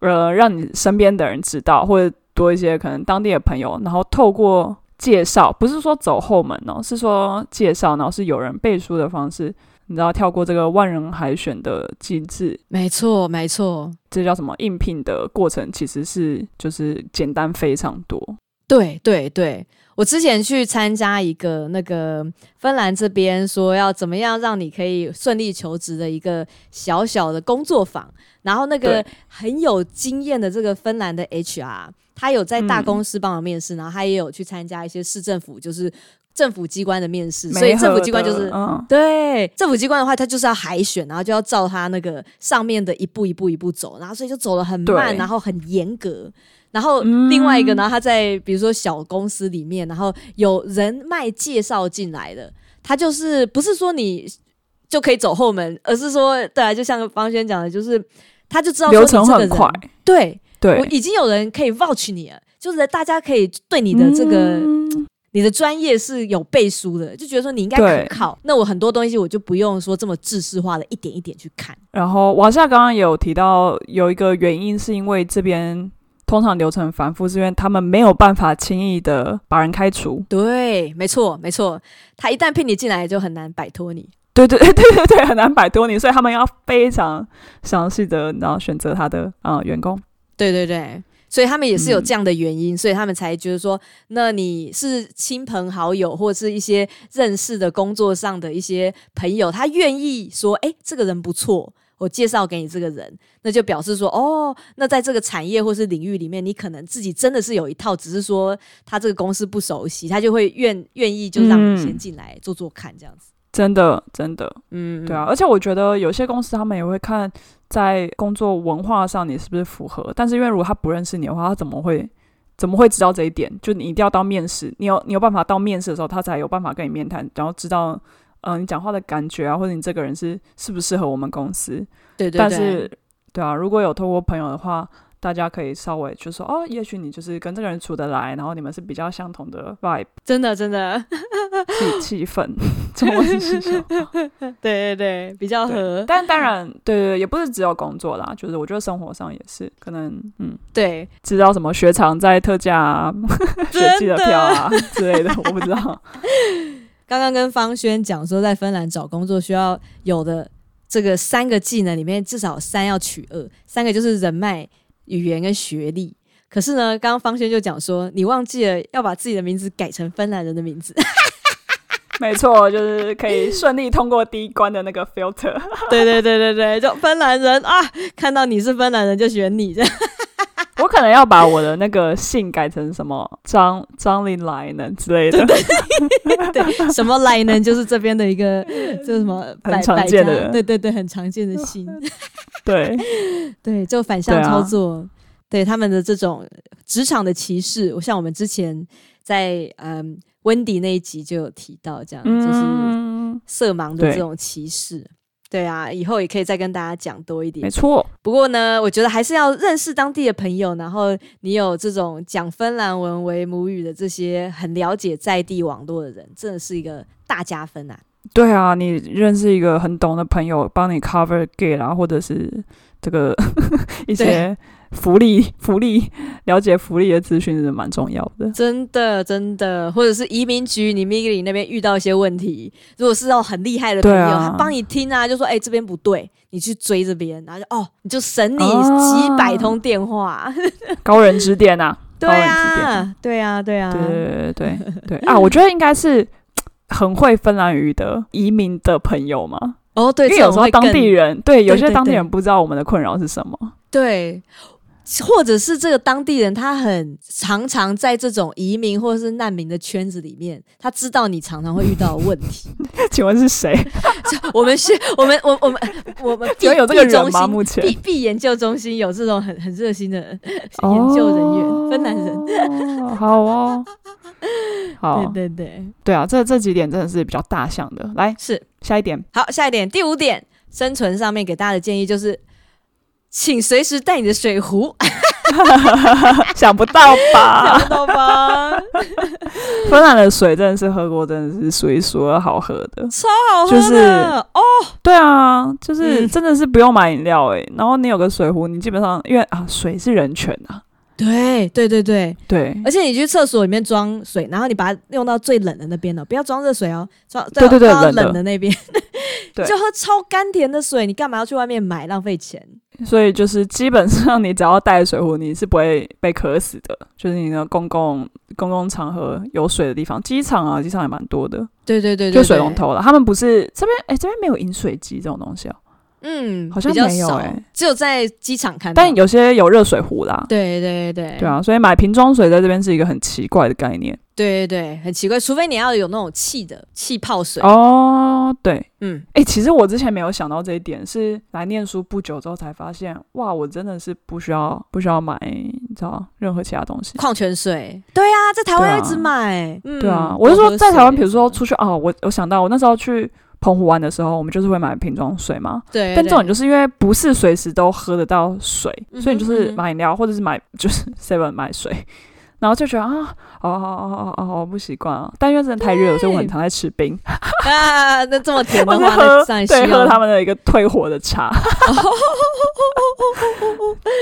Speaker 2: 呃让你身边的人知道，或者多一些可能当地的朋友，然后透过介绍，不是说走后门哦，是说介绍，然后是有人背书的方式，你知道跳过这个万人海选的机制，
Speaker 1: 没错没错，
Speaker 2: 这叫什么应聘的过程，其实是就是简单非常多。
Speaker 1: 对对对，我之前去参加一个那个芬兰这边说要怎么样让你可以顺利求职的一个小小的工作坊，然后那个
Speaker 2: 对
Speaker 1: 很有经验的这个芬兰的 HR，他有在大
Speaker 2: 嗯
Speaker 1: 公司帮我面试，然后他也有去参加一些市政府，就是政府机关的面试，所
Speaker 2: 媒
Speaker 1: 以
Speaker 2: 合
Speaker 1: 政府机关就是
Speaker 2: 的嗯，
Speaker 1: 对政府机关的话，他就是要海选，然后就要照他那个上面的一步一步一步走，然后所以就走得很慢，
Speaker 2: 对
Speaker 1: 然后很严格。然后
Speaker 2: 嗯
Speaker 1: 另外一个，然后他在比如说小公司里面，然后有人脉介绍进来的，他就是不是说你就可以走后门，而是说对啊，就像方轩讲的，就是他就知道说
Speaker 2: 流
Speaker 1: 你这
Speaker 2: 程
Speaker 1: 个
Speaker 2: 很
Speaker 1: 人
Speaker 2: 快，
Speaker 1: 对
Speaker 2: 对
Speaker 1: 我，已经有人可以 vouch 你了，就是大家可以对你的这个
Speaker 2: 嗯
Speaker 1: 你的专业是有背书的，就觉得说你应该
Speaker 2: 对
Speaker 1: 可靠。那我很多东西我就不用说这么制式化的一点一点去看。
Speaker 2: 然后瓦夏刚刚也有提到，有一个原因是因为这边通常流程繁复，是因为他们没有办法轻易的把人开除。
Speaker 1: 对，没错，没错。他一旦骗你进来，就很难摆脱你。
Speaker 2: 对 对对对对，很难摆脱你，所以他们要非常详细的，然后选择他的啊、呃员工。
Speaker 1: 对对对，所以他们也是有
Speaker 2: 嗯
Speaker 1: 这样的原因，所以他们才觉得说，那你是亲朋好友或者是一些认识的工作上的一些朋友，他愿意说，哎，这个人不错。我介绍给你这个人，那就表示说，哦，那在这个产业或是领域里面，你可能自己真的是有一套，只是说他这个公司不熟悉，他就会愿愿意就让你
Speaker 2: 嗯
Speaker 1: 先进来做做看这样子。
Speaker 2: 真的真的，
Speaker 1: 嗯，
Speaker 2: 对啊，而且我觉得有些公司他们也会看在工作文化上你是不是符合，但是因为如果他不认识你的话，他怎么会怎么会知道这一点？就你一定要到面试，你有你有办法到面试的时候，他才有办法跟你面谈，然后知道嗯、呃、你讲话的感觉啊，或者你这个人是适不适合我们公司。
Speaker 1: 对对对。
Speaker 2: 但是对啊，如果有透过朋友的话。大家可以稍微就说哦，也许你就是跟这个人处得来，然后你们是比较相同的 vibe
Speaker 1: 真的真的，
Speaker 2: 气气氛， 中文是什么？
Speaker 1: 对对对，比较合。
Speaker 2: 但当然，对对对，也不是只有工作啦，就是我觉得生活上也是，可能嗯，
Speaker 1: 对，
Speaker 2: 知道什么雪场在特价、啊、雪季的票啊之类的，我不知道。
Speaker 1: 刚刚跟方轩讲说，在芬兰找工作需要有的这个三个技能里面，至少三要取二，三个就是人脉。语言跟学历，可是呢，刚刚方轩就讲说，你忘记了要把自己的名字改成芬兰人的 名字。
Speaker 2: 没错，就是可以顺利通过第一关的那个 filter。
Speaker 1: 对对对对对，就芬兰人啊，看到你是芬兰人就选你。
Speaker 2: 我可能要把我的那个姓改成什么张张林莱能之类的。
Speaker 1: 对，什么莱能就是这边的一个，就是什么
Speaker 2: 很常见的，
Speaker 1: 对对对，很常见的姓。
Speaker 2: 对
Speaker 1: 对，就反向操作，对、啊、他们的这种职场的歧视，我像我们之前在嗯温迪那一集就有提到，这样、
Speaker 2: 嗯、
Speaker 1: 就是色盲的这种歧视。对啊，以后也可以再跟大家讲多一点。
Speaker 2: 没错，
Speaker 1: 不过呢，我觉得还是要认识当地的朋友，然后你有这种讲芬兰文为母语的这些很了解在地网络的人，真的是一个大加分啊！
Speaker 2: 对啊，你认识一个很懂的朋友，帮你 cover gay 啦，或者是这个 一些福利、福利了解福利的资讯是蛮重要 的。
Speaker 1: 真的，真的，或者是移民局你 m i g i 那边遇到一些问题，如果是要很厉害的朋友，
Speaker 2: 啊、
Speaker 1: 他帮你听啊，就说哎、欸、这边不对，你去追这边，然后就哦你就省你
Speaker 2: 啊
Speaker 1: 几百通电 话。
Speaker 2: 高人指点呐、
Speaker 1: 对啊，对啊，对 啊，
Speaker 2: 啊，对对对 对对啊！我觉得应该是很会芬兰语的移民的朋友嘛，
Speaker 1: 哦对，
Speaker 2: 因为
Speaker 1: 这
Speaker 2: 有
Speaker 1: 种
Speaker 2: 时候
Speaker 1: 会
Speaker 2: 当
Speaker 1: 更
Speaker 2: 地人对有
Speaker 1: 对
Speaker 2: 些
Speaker 1: 对
Speaker 2: 当地
Speaker 1: 对
Speaker 2: 人不知道我们的困扰是什么。
Speaker 1: 对，或者是这个当地人，他很常常在这种移民或者是难民的圈子里面，他知道你常常会遇到的问题。
Speaker 2: 请问是谁？
Speaker 1: 我们是，我们，我，我们，我们
Speaker 2: 有有这个人吗？
Speaker 1: 中
Speaker 2: 目前
Speaker 1: 心，必 必研究中心有这种很很热心的研究人员，
Speaker 2: 哦
Speaker 1: 芬兰人。
Speaker 2: 人。哦好哦，好，
Speaker 1: 对对对，
Speaker 2: 对啊，这这几点真的是比较大项的。来，
Speaker 1: 是。
Speaker 2: 下一点，
Speaker 1: 好，下一点，第五点，生存上面给大家的建议就是，请随时带你的水 壶，
Speaker 2: 想不到 吧？
Speaker 1: 想到 吧？
Speaker 2: 芬兰的水真的是喝过，真的是数一数二好喝的。
Speaker 1: 好喝的、
Speaker 2: 就是
Speaker 1: 哦，
Speaker 2: 对啊，就是
Speaker 1: 嗯
Speaker 2: 真的是不用买饮料诶、然后你有个水壶，你基本上因为啊，水是人权啊，
Speaker 1: 对对对对，
Speaker 2: 对，
Speaker 1: 而且你去厕所里面装水，然后你把它用到最冷的那边哦，不要装热水哦，装
Speaker 2: 对对对
Speaker 1: 装到
Speaker 2: 冷的
Speaker 1: 冷的那边，
Speaker 2: 对
Speaker 1: 就喝超甘甜的水，你干嘛要去外面买，浪费钱？
Speaker 2: 所以就是基本上你只要带水壶，你是不会被渴死的。就是你的公共公共场合有水的地方，机场啊，机场也蛮多的，
Speaker 1: 对对对对
Speaker 2: 就水龙，头了。他们不是这边哎、这边没有饮水机这种东西哦、
Speaker 1: 嗯，
Speaker 2: 好像
Speaker 1: 比较
Speaker 2: 没有
Speaker 1: 少
Speaker 2: 欸
Speaker 1: 只有在机场看到。
Speaker 2: 但有些有热水壶啦。
Speaker 1: 对对对
Speaker 2: 对，啊，所以买瓶装水在这边是一个很奇怪的概念
Speaker 1: 对对对，很奇怪，除非你要有那种气的气泡水，
Speaker 2: 哦。对，
Speaker 1: 嗯，
Speaker 2: 哎、其实我之前没有想到这一点，是来念书不久之后才发现，哇，我真的是不需要不需要买，你知道任何其他东西。
Speaker 1: 矿泉水，对啊，在台
Speaker 2: 对啊
Speaker 1: 湾一直买，嗯，
Speaker 2: 对啊，我是说在台湾，比如说
Speaker 1: 多喝水
Speaker 2: 出去哦，我我想到我那时候去澎湖玩的时候，我们就是会买瓶装水嘛。
Speaker 1: 对，
Speaker 2: 但这种
Speaker 1: 对
Speaker 2: 就是因为不是随时都喝得到水，
Speaker 1: 嗯哼
Speaker 2: 所以你就是
Speaker 1: 嗯哼
Speaker 2: 买饮料或者是买就是 seven 买水，然后就觉得啊，哦哦哦哦哦，不习惯啊。但因为真的太热了，所以我很常在吃冰，
Speaker 1: 啊，那这么甜
Speaker 2: 我
Speaker 1: 的
Speaker 2: 是
Speaker 1: 话，那
Speaker 2: 喝
Speaker 1: 当然需
Speaker 2: 对
Speaker 1: 要
Speaker 2: 喝他们的一个退火的 茶。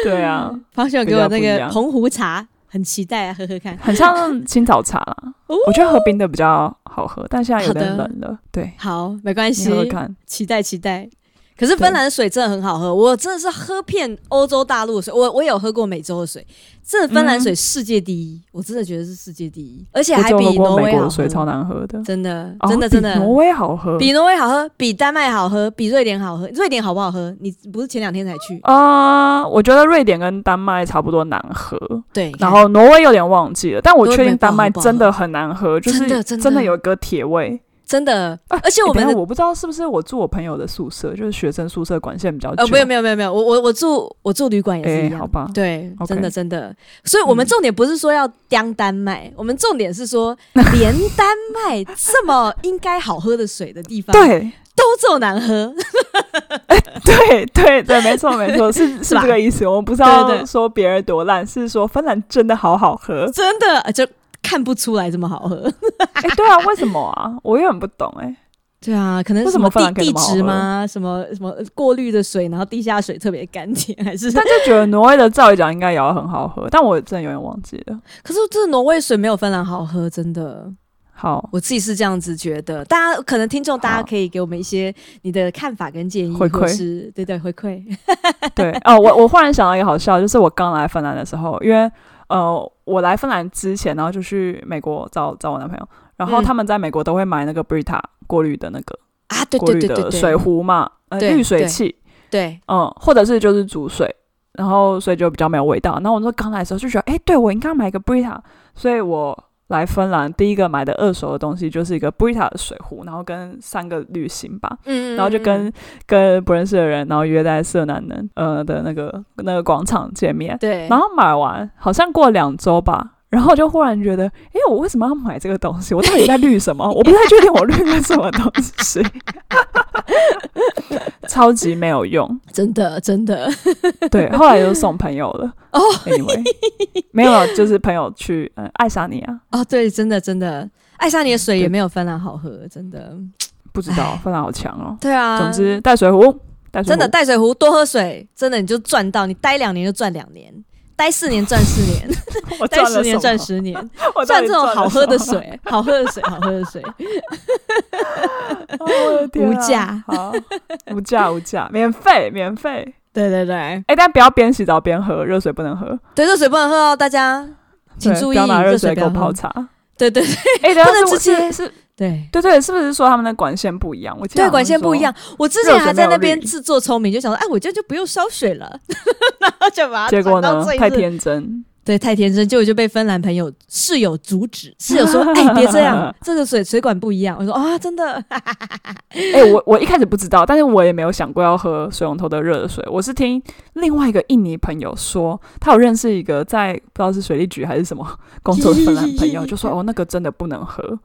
Speaker 2: 对啊，
Speaker 1: 方秀
Speaker 2: 比
Speaker 1: 给我
Speaker 2: 较
Speaker 1: 那
Speaker 2: 不一
Speaker 1: 个
Speaker 2: 样
Speaker 1: 澎湖茶，很期待啊，喝喝看。
Speaker 2: 很像青草茶啦。
Speaker 1: 哦
Speaker 2: 我觉得喝冰的比较好喝，但现在有
Speaker 1: 好的
Speaker 2: 点冷了。对，
Speaker 1: 好，没关
Speaker 2: 你
Speaker 1: 系
Speaker 2: 喝，喝看。
Speaker 1: 期待期待。可是芬兰的水真的很好喝，我真的是喝遍欧洲大陆的水，我我也有喝过美洲的水，这芬兰水世界第一，我真的觉得是世界第一，而且
Speaker 2: 嗯我
Speaker 1: 还
Speaker 2: 只有喝
Speaker 1: 比
Speaker 2: 过
Speaker 1: 挪
Speaker 2: 美
Speaker 1: 威
Speaker 2: 国
Speaker 1: 好
Speaker 2: 的水，
Speaker 1: 喝，
Speaker 2: 超难喝的，
Speaker 1: 真的
Speaker 2: 哦
Speaker 1: 真的真的
Speaker 2: 比挪威好喝。
Speaker 1: 比挪威好喝，比丹麦好喝，比瑞典好喝。瑞典好不好喝？你不是前两天才去？
Speaker 2: 啊，我觉得瑞典跟丹麦差不多难喝，
Speaker 1: 对，
Speaker 2: 然后挪威有点忘记了，但我确
Speaker 1: 挪威
Speaker 2: 定
Speaker 1: 不好
Speaker 2: 丹
Speaker 1: 喝
Speaker 2: 麦
Speaker 1: 不好
Speaker 2: 真的很难喝，就
Speaker 1: 真
Speaker 2: 是
Speaker 1: 的真的
Speaker 2: 真的有一个铁味。
Speaker 1: 真的，
Speaker 2: 啊
Speaker 1: 而且我
Speaker 2: 欸
Speaker 1: 们
Speaker 2: 等一下
Speaker 1: 的
Speaker 2: 我不知道是不是我住我朋友的宿舍，就是学生宿舍管线比较久。
Speaker 1: 呃，没有没有没有没有，我我我住我住旅馆也是
Speaker 2: 哎
Speaker 1: 一样，
Speaker 2: 好吧
Speaker 1: 对，
Speaker 2: OK
Speaker 1: 真的真的，所以我们
Speaker 2: 嗯
Speaker 1: 重点不是说要刁丹麦，我们重点是说连丹麦这么应该好喝的水的地方，，
Speaker 2: 对
Speaker 1: 都这么难喝，
Speaker 2: 对对对，没错没错，是
Speaker 1: 是
Speaker 2: 是
Speaker 1: 吧
Speaker 2: 这个意思。我们不是
Speaker 1: 对对。
Speaker 2: 要说别人多烂，是说芬兰真的好好 喝
Speaker 1: 真的呃就看不出来这么好喝。
Speaker 2: 哎、对啊，为什么啊？我也很不懂哎、
Speaker 1: 对啊，可能
Speaker 2: 为
Speaker 1: 什
Speaker 2: 什么
Speaker 1: 么
Speaker 2: 芬兰
Speaker 1: 地
Speaker 2: 可以
Speaker 1: 地
Speaker 2: 这么好
Speaker 1: 质
Speaker 2: 喝
Speaker 1: 吗？什么什么过滤的水，然后地下水特别甘甜，还是
Speaker 2: 但就觉得挪威的照理讲应该也要很好喝，但我真的有点忘记了。
Speaker 1: 可是这挪威水没有芬兰好喝，真的，
Speaker 2: 好，
Speaker 1: 我自己是这样子觉得。大家可能听众，
Speaker 2: 好
Speaker 1: 大家可以给我们一些你的看法跟建议，
Speaker 2: 回馈
Speaker 1: 或是对对回馈。
Speaker 2: 对哦，我我忽然想到一个好笑，就是我刚来芬兰的时候，因为呃，我来芬兰之前，然后就去美国找找我男朋友，然后
Speaker 1: 嗯
Speaker 2: 他们在美国都会买那个 Brita 过滤的那个
Speaker 1: 啊，对
Speaker 2: 过
Speaker 1: 对
Speaker 2: 滤
Speaker 1: 对对
Speaker 2: 的
Speaker 1: 对，
Speaker 2: 水壶嘛，呃，
Speaker 1: 对
Speaker 2: 滤水
Speaker 1: 对
Speaker 2: 器，
Speaker 1: 对
Speaker 2: 嗯，或者是就是煮水，然后所以就比较没有味道。然后我说刚来的时候就觉得，哎，对我应该买一个 Brita，所以我来芬兰第一个买的二手的东西就是一个 Brita 的水壶，然后跟三个滤芯吧，
Speaker 1: 嗯，嗯
Speaker 2: 然后就跟、
Speaker 1: 嗯
Speaker 2: 跟不认识的人，然后约在色男人呃的那个那个广场见面，
Speaker 1: 对，
Speaker 2: 然后买完好像过两周吧，然后就忽然觉得，诶，我为什么要买这个东西？我到底在绿什么？我不太确定我绿了什么东西， 超级没有用。
Speaker 1: 真的真的
Speaker 2: 对，后来就送朋友了。
Speaker 1: 哦
Speaker 2: anyway，没有，就是朋友去嗯爱沙尼亚，
Speaker 1: 哦，对，真的真的，爱上你的水也
Speaker 2: 对
Speaker 1: 没有芬兰好喝，真的。
Speaker 2: 不知道芬兰好强 哦。
Speaker 1: 对啊，
Speaker 2: 总之带水壶，带水壶
Speaker 1: 真的带水壶多喝水，真的你就赚到，你待两年就赚两年，待四年赚四年，
Speaker 2: 我
Speaker 1: 待
Speaker 2: 赚
Speaker 1: 十
Speaker 2: 了
Speaker 1: 年
Speaker 2: 什
Speaker 1: 赚
Speaker 2: 么
Speaker 1: 十年，
Speaker 2: 我到
Speaker 1: 赚
Speaker 2: 底
Speaker 1: 这种
Speaker 2: 了
Speaker 1: 好喝的
Speaker 2: 什么
Speaker 1: 水， 好喝的水，好喝的水。
Speaker 2: 哦我的天啊
Speaker 1: 无价，
Speaker 2: 好，无价 无价，免费免费。
Speaker 1: 对对对，
Speaker 2: 哎、但不要边洗澡边喝，热水不能喝，
Speaker 1: 对热水不能喝哦，大家请
Speaker 2: 对
Speaker 1: 注意
Speaker 2: 不要拿热
Speaker 1: 水不
Speaker 2: 给我
Speaker 1: 要
Speaker 2: 泡
Speaker 1: 喝。
Speaker 2: 茶。
Speaker 1: 对对对
Speaker 2: 哎、欸，
Speaker 1: 不能直
Speaker 2: 是
Speaker 1: 接
Speaker 2: 是是，
Speaker 1: 对。
Speaker 2: 对对，是不是说他们的管线不一样？我记得
Speaker 1: 对，
Speaker 2: 好像
Speaker 1: 管线不一样。我之前还在那边
Speaker 2: 热水没有滤
Speaker 1: 自作聪明，就想说，哎，我这就不用烧水 了，然后就把它
Speaker 2: 说。结果
Speaker 1: 啊转到
Speaker 2: 呢
Speaker 1: 最？
Speaker 2: 太
Speaker 1: 热
Speaker 2: 天真，
Speaker 1: 对，太天真，结果就被芬兰朋友室友阻 止。室友说：“哎，别这样，这个水水管不一样。”我说：“啊，真的，
Speaker 2: 哎、我我一开始不知道，但是我也没有想过要喝水龙头的热水。我是听另外一个印尼朋友说，他有认识一个在不知道是水利局还是什么 工作的芬兰朋友，就说哦，那个真的不能喝，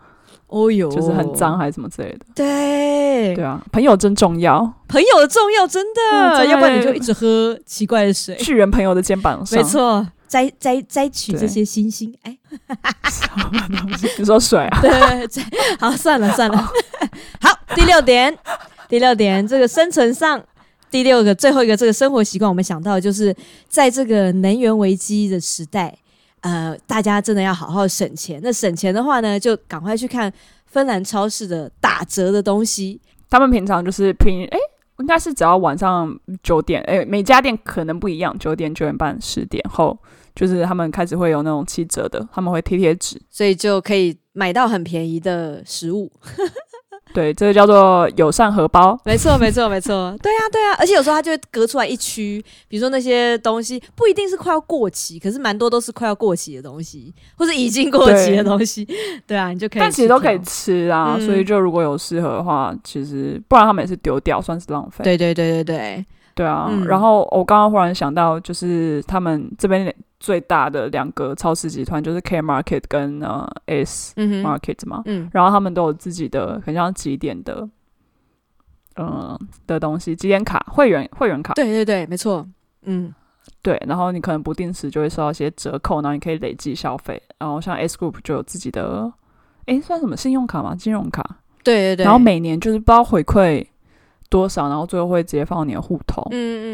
Speaker 1: 哦哟，
Speaker 2: 就是很脏。还是什么之类的。”
Speaker 1: 对，
Speaker 2: 对啊，朋友真重要，
Speaker 1: 朋友的重要，真
Speaker 2: 嗯
Speaker 1: 的，
Speaker 2: 真的
Speaker 1: 要不然你就一直喝奇怪的水。
Speaker 2: 巨人朋友的肩膀上。
Speaker 1: 没 错，摘摘摘取
Speaker 2: 对
Speaker 1: 这些星星，哎，
Speaker 2: 你说水啊？
Speaker 1: 对 对对这，好，算了算了。 好，第六点，第六点，这个生存上。第六个，最后一个，这个生活习惯，我们想到的就是在这个能源危机的时代，呃，大家真的要好好省钱。那省钱的话呢，就赶快去看芬兰超市的打折的东西。
Speaker 2: 他们平常就是平哎、应该是只要晚上九点，哎、每家店可能不一样，九点、九点半、十点后，就是他们开始会有那种七折的，他们会贴贴纸。
Speaker 1: 所以就可以买到很便宜的食物。
Speaker 2: 对，这个叫做友善荷包。
Speaker 1: 没错，没错，没错。 对啊，对啊。而且有时候它就会隔出来一区，比如说那些东西不一定是快要过期，可是蛮多都是快要过期的东西，或是已经过期的东西。对啊，你就可以。
Speaker 2: 但其实都可以。吃啊，
Speaker 1: 嗯
Speaker 2: 所以就如果有适合的话，其实不然他们也是丢掉，算是浪费。
Speaker 1: 对对对对对，
Speaker 2: 对啊，
Speaker 1: 嗯
Speaker 2: 然后我刚刚忽然想到，就是他们这边最大的两个超市集团就是 K Market 跟呃 S
Speaker 1: 嗯哼，
Speaker 2: Market 嘛，
Speaker 1: 嗯，
Speaker 2: 然后他们都有自己的很像几点的，嗯、的东西，几点卡、会员会员卡，
Speaker 1: 对对对，没错，嗯，
Speaker 2: 对，然后你可能不定时就会收到一些折扣，然后你可以累计消费，然后像 S Group 就有自己的，诶，算什么信用卡嘛，金融卡，
Speaker 1: 对对对。
Speaker 2: 然后每年就是不知道回馈多少，然后最后会直接放到你的户头。
Speaker 1: 嗯，嗯嗯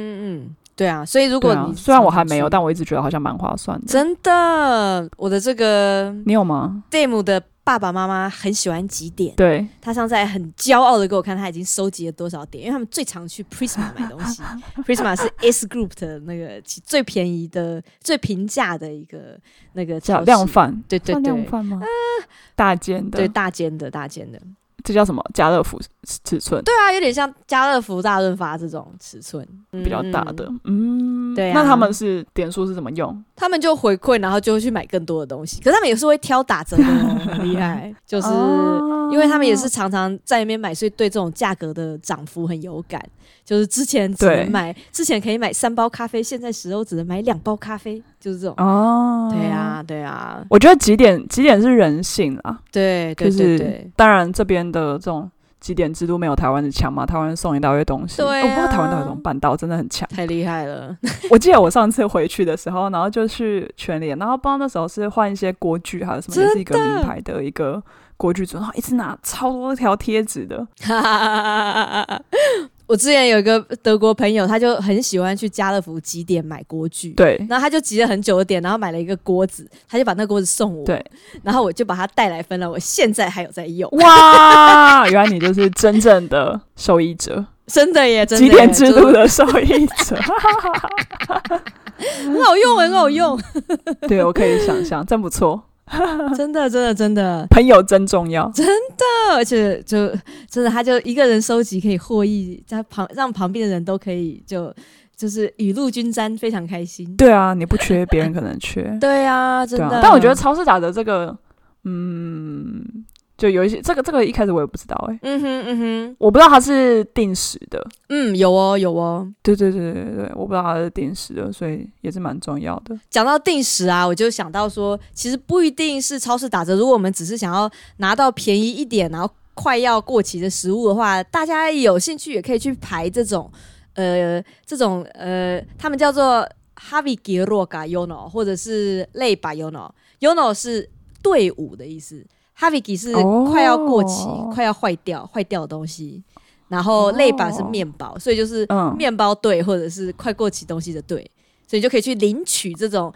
Speaker 1: 嗯，对啊。所以如
Speaker 2: 对
Speaker 1: 果
Speaker 2: 啊
Speaker 1: 你，
Speaker 2: 虽然我还没有，
Speaker 1: 常常去
Speaker 2: 但我一直觉得好像蛮划算的。
Speaker 1: 真的，我的这个
Speaker 2: 你有吗？
Speaker 1: Dame 的爸爸妈妈很喜欢几点。
Speaker 2: 对，
Speaker 1: 他上次还很骄傲的给我看，他已经收集了多少点，因为他们最常去 Prisma 买东西，Prisma 是 S Group 的那个其最便宜的、最平价的一个那个
Speaker 2: 叫
Speaker 1: 超市
Speaker 2: 量，贩，
Speaker 1: 对对
Speaker 2: 算量
Speaker 1: 对，啊
Speaker 2: 贩吗？大件的，
Speaker 1: 对大间的大间的，
Speaker 2: 这叫什么？家乐福尺寸，
Speaker 1: 对啊，有点像家乐福、大润发这种尺寸，
Speaker 2: 比较大
Speaker 1: 嗯
Speaker 2: 的，嗯，
Speaker 1: 对啊
Speaker 2: 那他们是点数是怎么用？
Speaker 1: 他们就回馈，然后就会去买更多的东西。可是他们也是会挑打折的、哦，很厉害，就是。
Speaker 2: 哦
Speaker 1: 因为他们也是常常在那边买，所以对这种价格的涨幅很有感。就是之前只
Speaker 2: 对
Speaker 1: 能买，之前可以买三包咖啡，现在十欧只能买两包咖啡，就是这种。
Speaker 2: 哦，
Speaker 1: 对。啊，对啊，
Speaker 2: 我觉得几点几点是人性啊，
Speaker 1: 对对
Speaker 2: 就
Speaker 1: 对
Speaker 2: 是
Speaker 1: 对，
Speaker 2: 当然这边的这种几点制度没有台湾的强嘛，台湾送一大堆东西，
Speaker 1: 对啊
Speaker 2: 我不知道台湾到底怎么办到，真的很强。
Speaker 1: 太厉害了。
Speaker 2: 我记得我上次回去的时候，然后就去全联，然后不知道那时候是换一些锅具还是什么，
Speaker 1: 真
Speaker 2: 也
Speaker 1: 的
Speaker 2: 是一个名牌的一个锅具组，然后一直拿超多条贴纸的，
Speaker 1: 我之前有一个德国朋友，他就很喜欢去家乐福几点买锅具。
Speaker 2: 对，
Speaker 1: 然后他就急了很久的点，然后买了一个锅子，他就把那锅子送我，
Speaker 2: 对，
Speaker 1: 然后我就把它带来芬兰，我现在还有在用，
Speaker 2: 哇，原来你就是真正的受益者，
Speaker 1: 真的耶，真的
Speaker 2: 几
Speaker 1: 耶
Speaker 2: 点制
Speaker 1: 就
Speaker 2: 度的受益者，
Speaker 1: 很好用，很好用，
Speaker 2: 对我可以想象，真不错，
Speaker 1: 真的，真的，真的，
Speaker 2: 朋友真重要，
Speaker 1: 而且就真的，他就一个人收集可以获益，在旁让旁边的人都可以就就是雨露均沾，非常开心。
Speaker 2: 对啊，你不缺，别人可能缺，
Speaker 1: 对啊，真
Speaker 2: 对
Speaker 1: 的。
Speaker 2: 啊，但我觉得超市打的这个，嗯，就有一些这个这个一开始我也不知道哎、
Speaker 1: 嗯哼嗯哼，
Speaker 2: 我不知道它是定时的，
Speaker 1: 嗯，有哦有哦。
Speaker 2: 对对对对对，我不知道它是定时的，所以也是蛮重要的。
Speaker 1: 讲到定时啊，我就想到说，其实不一定是超市打折。如果我们只是想要拿到便宜一点，然后快要过期的食物的话，大家有兴趣也可以去排这种，呃，这种呃，他们叫做哈维吉洛嘎 yono，或者是类巴 yono，yono 是队伍的意思，哈维吉是
Speaker 2: 哦
Speaker 1: 快要过期、快要坏掉、坏掉的东西，然后类巴是面包，所以就是
Speaker 2: 嗯，
Speaker 1: 面包队或者是快过期东西的队，所以你就可以去领取这种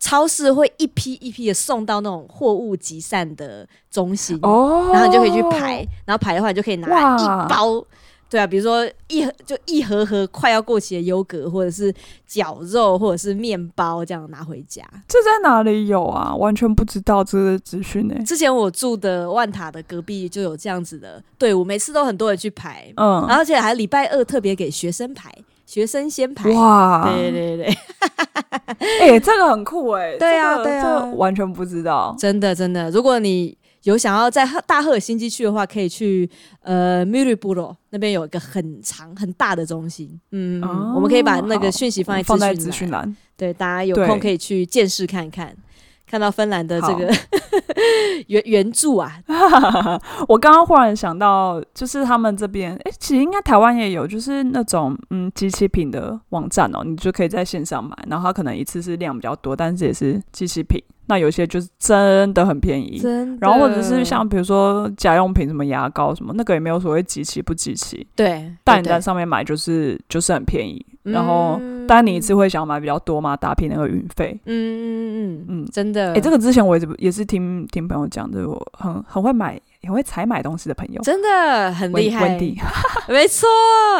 Speaker 1: 超市会一批一批的送到那种货物集散的中心，
Speaker 2: 哦，
Speaker 1: 然后你就可以去排，然后排的话你就可以拿
Speaker 2: 哇
Speaker 1: 一包。对啊，比如说一盒就一盒盒快要过期的优格，或者是绞肉，或者是面包，这样拿回家。
Speaker 2: 这在哪里有啊？完全不知道这个资讯呢、欸
Speaker 1: 之前我住的万塔的隔壁就有这样子的队伍，每次都很多人去排，
Speaker 2: 嗯，
Speaker 1: 而且还礼拜二特别给学生排，学生先排。
Speaker 2: 哇，
Speaker 1: 对对对，
Speaker 2: 哎、这个很酷哎、
Speaker 1: 对啊
Speaker 2: 这个
Speaker 1: 对啊
Speaker 2: 这个完全不知道。
Speaker 1: 真的真的，如果你有想要在赫大赫尔辛基去的话，可以去呃 m u r i b u r o 那边有一个很长很大的中心。嗯，
Speaker 2: 哦
Speaker 1: 我们可以把那个讯息放在
Speaker 2: 放在
Speaker 1: 资
Speaker 2: 资
Speaker 1: 讯
Speaker 2: 讯
Speaker 1: 栏，
Speaker 2: 栏，
Speaker 1: 对大家有
Speaker 2: 对
Speaker 1: 空可以去见识看看，看到芬兰的这个 原原著啊，
Speaker 2: 我刚刚忽然想到，就是他们这边，哎、其实应该台湾也有，就是那种嗯机器品的网站哦，你就可以在线上买，然后它可能一次是量比较多，但是也是机器品。那有些就是真的很便宜，
Speaker 1: 真的
Speaker 2: 然后或者是像比如说家用品，什么牙膏什么，那个也没有所谓集齐不集齐，
Speaker 1: 对，
Speaker 2: 但你
Speaker 1: 对
Speaker 2: 在上面买就是就是很便宜，
Speaker 1: 对
Speaker 2: 然后
Speaker 1: 嗯
Speaker 2: 但你一次会想要买比较多嘛，打平那个运费。
Speaker 1: 嗯嗯嗯
Speaker 2: 嗯
Speaker 1: 嗯，真的，
Speaker 2: 哎、这个之前我也是也是听听朋友讲的，我很很会买，很会采买东西的朋友，
Speaker 1: 真的很
Speaker 2: 温
Speaker 1: 厉害
Speaker 2: 温，蒂，
Speaker 1: 没错，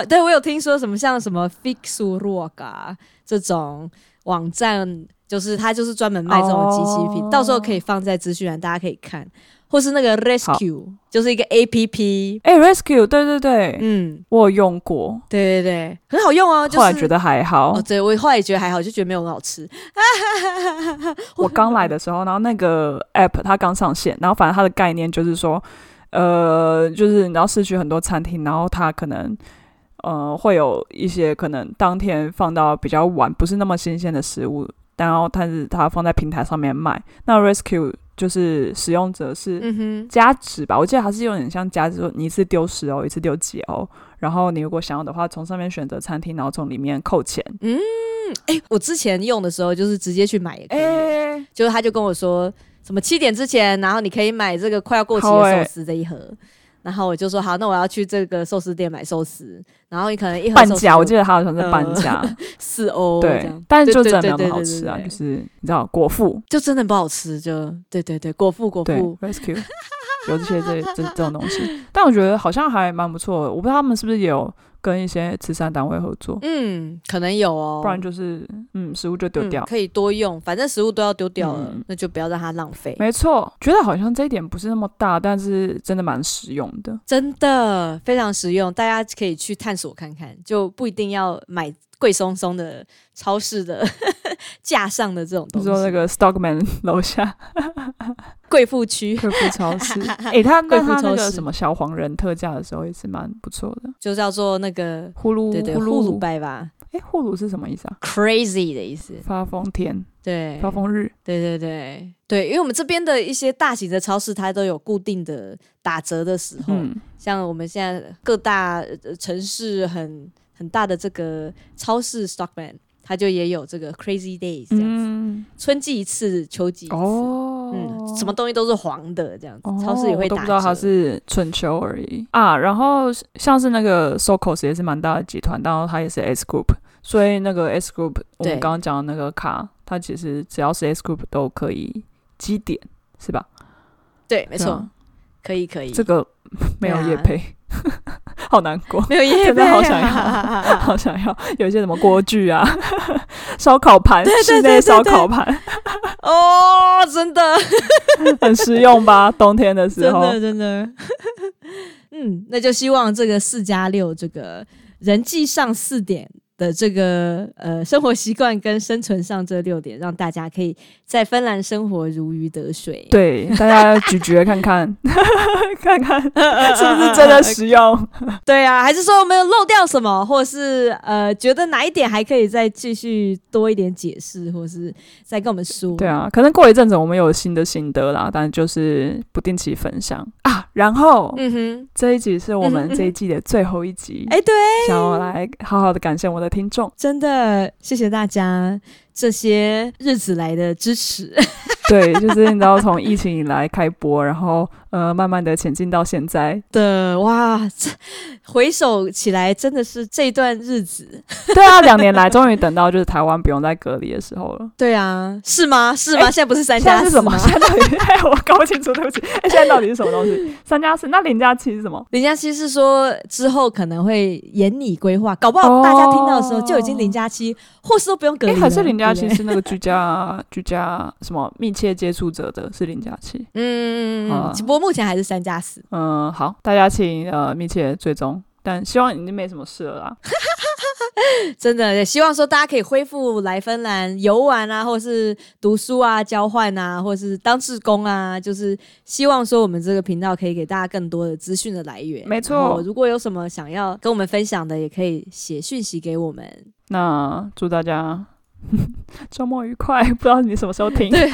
Speaker 1: 对我有听说什么像什么 Fixu Rock 啊这种网站，就是它就是专门卖这种机器品
Speaker 2: 哦
Speaker 1: 到时候可以放在资讯栏，大家可以看，或是那个 Rescue 就是一个 A P P，
Speaker 2: 哎、r e s c u e 对对对，
Speaker 1: 嗯，
Speaker 2: 我有用过，
Speaker 1: 对对对，很好用哦，就是
Speaker 2: 后来觉得还好。
Speaker 1: 哦，对我后来也觉得还好，就觉得没有很好吃，
Speaker 2: 我刚来的时候，然后那个 app 它刚上线，然后反正它的概念就是说，呃，就是你知道市区很多餐厅，然后它可能。呃，会有一些可能当天放到比较晚，不是那么新鲜的食物，然后但是它放在平台上面卖。那 Rescue 就是使用者是
Speaker 1: 嗯哼，
Speaker 2: 加值吧，我记得它是有点像加值，说你一次丢十欧，一次丢几欧，然后你如果想要的话，从上面选择餐厅，然后从里面扣钱。
Speaker 1: 哎，我之前用的时候就是直接去买也可以，
Speaker 2: 哎
Speaker 1: 就是他就跟我说什么七点之前，然后你可以买这个快要过期
Speaker 2: 好
Speaker 1: 的
Speaker 2: 欸
Speaker 1: 寿司这一盒。然后我就说好，那我要去这个寿司店买寿司，然后你可能一盒
Speaker 2: 半
Speaker 1: 寿司
Speaker 2: 价，我记得它好像是
Speaker 1: 呃
Speaker 2: 半价，
Speaker 1: 四欧哦这
Speaker 2: 对
Speaker 1: 样，，
Speaker 2: 但是就
Speaker 1: 对
Speaker 2: 真
Speaker 1: 对
Speaker 2: 的没有
Speaker 1: 对对
Speaker 2: 很好
Speaker 1: 对
Speaker 2: 吃啊，
Speaker 1: 对
Speaker 2: 就是你知道果腹，
Speaker 1: 就真的不好吃，就对对对，果腹果
Speaker 2: 对
Speaker 1: 腹，
Speaker 2: rescue 有这些这这这种东西，但我觉得好像还蛮不错的，我不知道他们是不是也有跟一些慈善单位合作，
Speaker 1: 嗯，可能有哦，
Speaker 2: 不然就是嗯食物就丢
Speaker 1: 嗯
Speaker 2: 掉。
Speaker 1: 可以多用，反正食物都要丢掉了，
Speaker 2: 嗯
Speaker 1: 那就不要让它浪费。
Speaker 2: 没错，觉得好像这一点不是那么大，但是真的蛮实用的。
Speaker 1: 真的非常实用，大家可以去探索看看，就不一定要买贵松松的超市的 架上的这种
Speaker 2: 你
Speaker 1: 东西。
Speaker 2: 说那个 Stockman 楼下
Speaker 1: 贵妇区
Speaker 2: 贵妇超 市，诶，他那
Speaker 1: 贵妇
Speaker 2: 他那
Speaker 1: 超
Speaker 2: 个
Speaker 1: 市
Speaker 2: 什么小黄人特价的时候也是蛮不错的。
Speaker 1: 就叫做那个
Speaker 2: 呼噜
Speaker 1: 对对
Speaker 2: 呼
Speaker 1: 呼噜
Speaker 2: 噜，
Speaker 1: 拜吧
Speaker 2: 诶，呼噜是什么意思啊？
Speaker 1: ，crazy 的意思。
Speaker 2: 发疯天，
Speaker 1: 对，
Speaker 2: 发疯日，
Speaker 1: 对对对对，因为我们这边的一些大型的超市，它都有固定的打折的时候，
Speaker 2: 嗯，
Speaker 1: 像我们现在各大、呃城市很很大的这个超市 Stockman，它就也有这个 Crazy Days 这样子，
Speaker 2: 嗯，
Speaker 1: 春季一次，秋季一次。
Speaker 2: 哦，
Speaker 1: 嗯，什么东西都是黄的这样子，
Speaker 2: 哦？
Speaker 1: 超市也会
Speaker 2: 我都
Speaker 1: 打
Speaker 2: 不知
Speaker 1: 折。
Speaker 2: 道它是春秋而已啊。然后像是那个 Socos 也是蛮大的集团，然后它也是 S Group，所以那个 S Group 我们
Speaker 1: 对
Speaker 2: 刚刚讲的那个卡，它其实只要是 S Group 都可以积点，是吧？嗯
Speaker 1: 对，没
Speaker 2: 没
Speaker 1: 错，可以可以。
Speaker 2: 这个没有
Speaker 1: 对啊
Speaker 2: 业配，好难 过。
Speaker 1: 没有也
Speaker 2: 真的好想要
Speaker 1: 要，
Speaker 2: 好想要有一些什么锅具啊， 烧烤盘，室内烧烤盘，
Speaker 1: 哦，真的，
Speaker 2: 很实用吧？冬天的时
Speaker 1: 真
Speaker 2: 候，
Speaker 1: 的，真的。 嗯，那就希望这个四加六这个人际上四点的这个呃生活习惯跟生存上这六点，让大家可以在芬兰生活如鱼得水。
Speaker 2: 对，大家咀嚼看 看，看看是
Speaker 1: 嗯
Speaker 2: 不是真的实用？
Speaker 1: 对啊，还是说我们有漏掉什么，或是呃觉得哪一点还可以再继续多一点解释，或是再跟我们说。
Speaker 2: 对啊，可能过一阵子我们有新的心得啦，但就是不定期分享啊。然后、
Speaker 1: 嗯哼，
Speaker 2: 这一集是我
Speaker 1: 嗯
Speaker 2: 们
Speaker 1: 哼
Speaker 2: 这一季的最后一集，
Speaker 1: 哎、对，
Speaker 2: 想要来好好的感谢我的听众。
Speaker 1: 真的谢谢大家这些日子来的支持。
Speaker 2: 对，就是你知道从疫情以来开播，然后呃慢慢的前进到现在，
Speaker 1: 的哇，这回首起来真的是这段日子，
Speaker 2: 对啊，两年来终于等到就是台湾不用再隔离的时候了。
Speaker 1: 对啊，是吗？是吗？
Speaker 2: 哎
Speaker 1: 现在不是三
Speaker 2: 现
Speaker 1: 加四
Speaker 2: 在是什么？
Speaker 1: 吗
Speaker 2: 现在到底？ 哎，我搞不清楚，对不起。哎，现在到底是什么东西？三加四，那零加七是什么？
Speaker 1: 林佳琪是说之后可能会严拟规划，搞不好大家听到的时候
Speaker 2: 哦
Speaker 1: 就已经零加七，或是都不用隔离
Speaker 2: 哎，
Speaker 1: 了。
Speaker 2: 还是零加
Speaker 1: 对
Speaker 2: 七
Speaker 1: 不对
Speaker 2: 是那个居家居家什么密切接触者的是零加七。
Speaker 1: 嗯，嗯嗯嗯
Speaker 2: 啊
Speaker 1: 只不过目前还是三加四。
Speaker 2: 嗯，好，大家请呃密切追踪，但希望已经没什么事了啦。
Speaker 1: 真的也希望说大家可以恢复来芬兰游玩啊，或是读书啊、交换啊，或是当志工啊，就是希望说我们这个频道可以给大家更多的资讯的来源。
Speaker 2: 没错
Speaker 1: 然后如果有什么想要跟我们分享的，也可以写讯息给 我们。
Speaker 2: 那祝大家 周末愉快， 不知道你什么时候听。
Speaker 1: 对，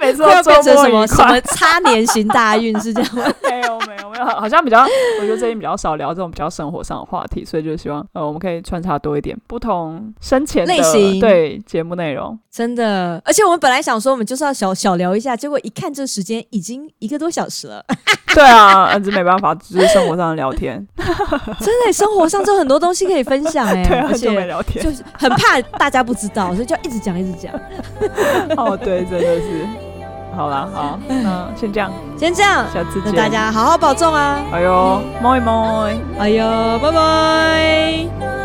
Speaker 2: 每次
Speaker 1: 快要
Speaker 2: 都
Speaker 1: 变
Speaker 2: 周
Speaker 1: 成
Speaker 2: 末
Speaker 1: 什
Speaker 2: 愉
Speaker 1: 么
Speaker 2: 快。
Speaker 1: 什么差年行大运是这样吗？
Speaker 2: 没有没有没有，好好像比较，我觉得最近比较少聊这种比较生活上的话题，所以就希望呃我们可以穿插多一点不同深浅的
Speaker 1: 类型
Speaker 2: 对节目内 容。
Speaker 1: 真的，而且我们本来想说我们就是要小小聊一下，结果一看这时间已经一个多小时了。
Speaker 2: 对啊，呃这没办法，只是生活上的聊 天，
Speaker 1: 真的，生活上就很多东西可以分享哎、
Speaker 2: 对啊，
Speaker 1: 而
Speaker 2: 很久没
Speaker 1: 且
Speaker 2: 聊天。
Speaker 1: 就是很怕大家不知道，所以就要一直讲一直讲。
Speaker 2: 哦，对，真的是。好啦，好，那先这样，
Speaker 1: 先这样，
Speaker 2: 下次
Speaker 1: 那
Speaker 2: 见。
Speaker 1: 大，家好好保重啊！
Speaker 2: 哎呦，摸一摸。
Speaker 1: 哎呦，拜拜。
Speaker 3: No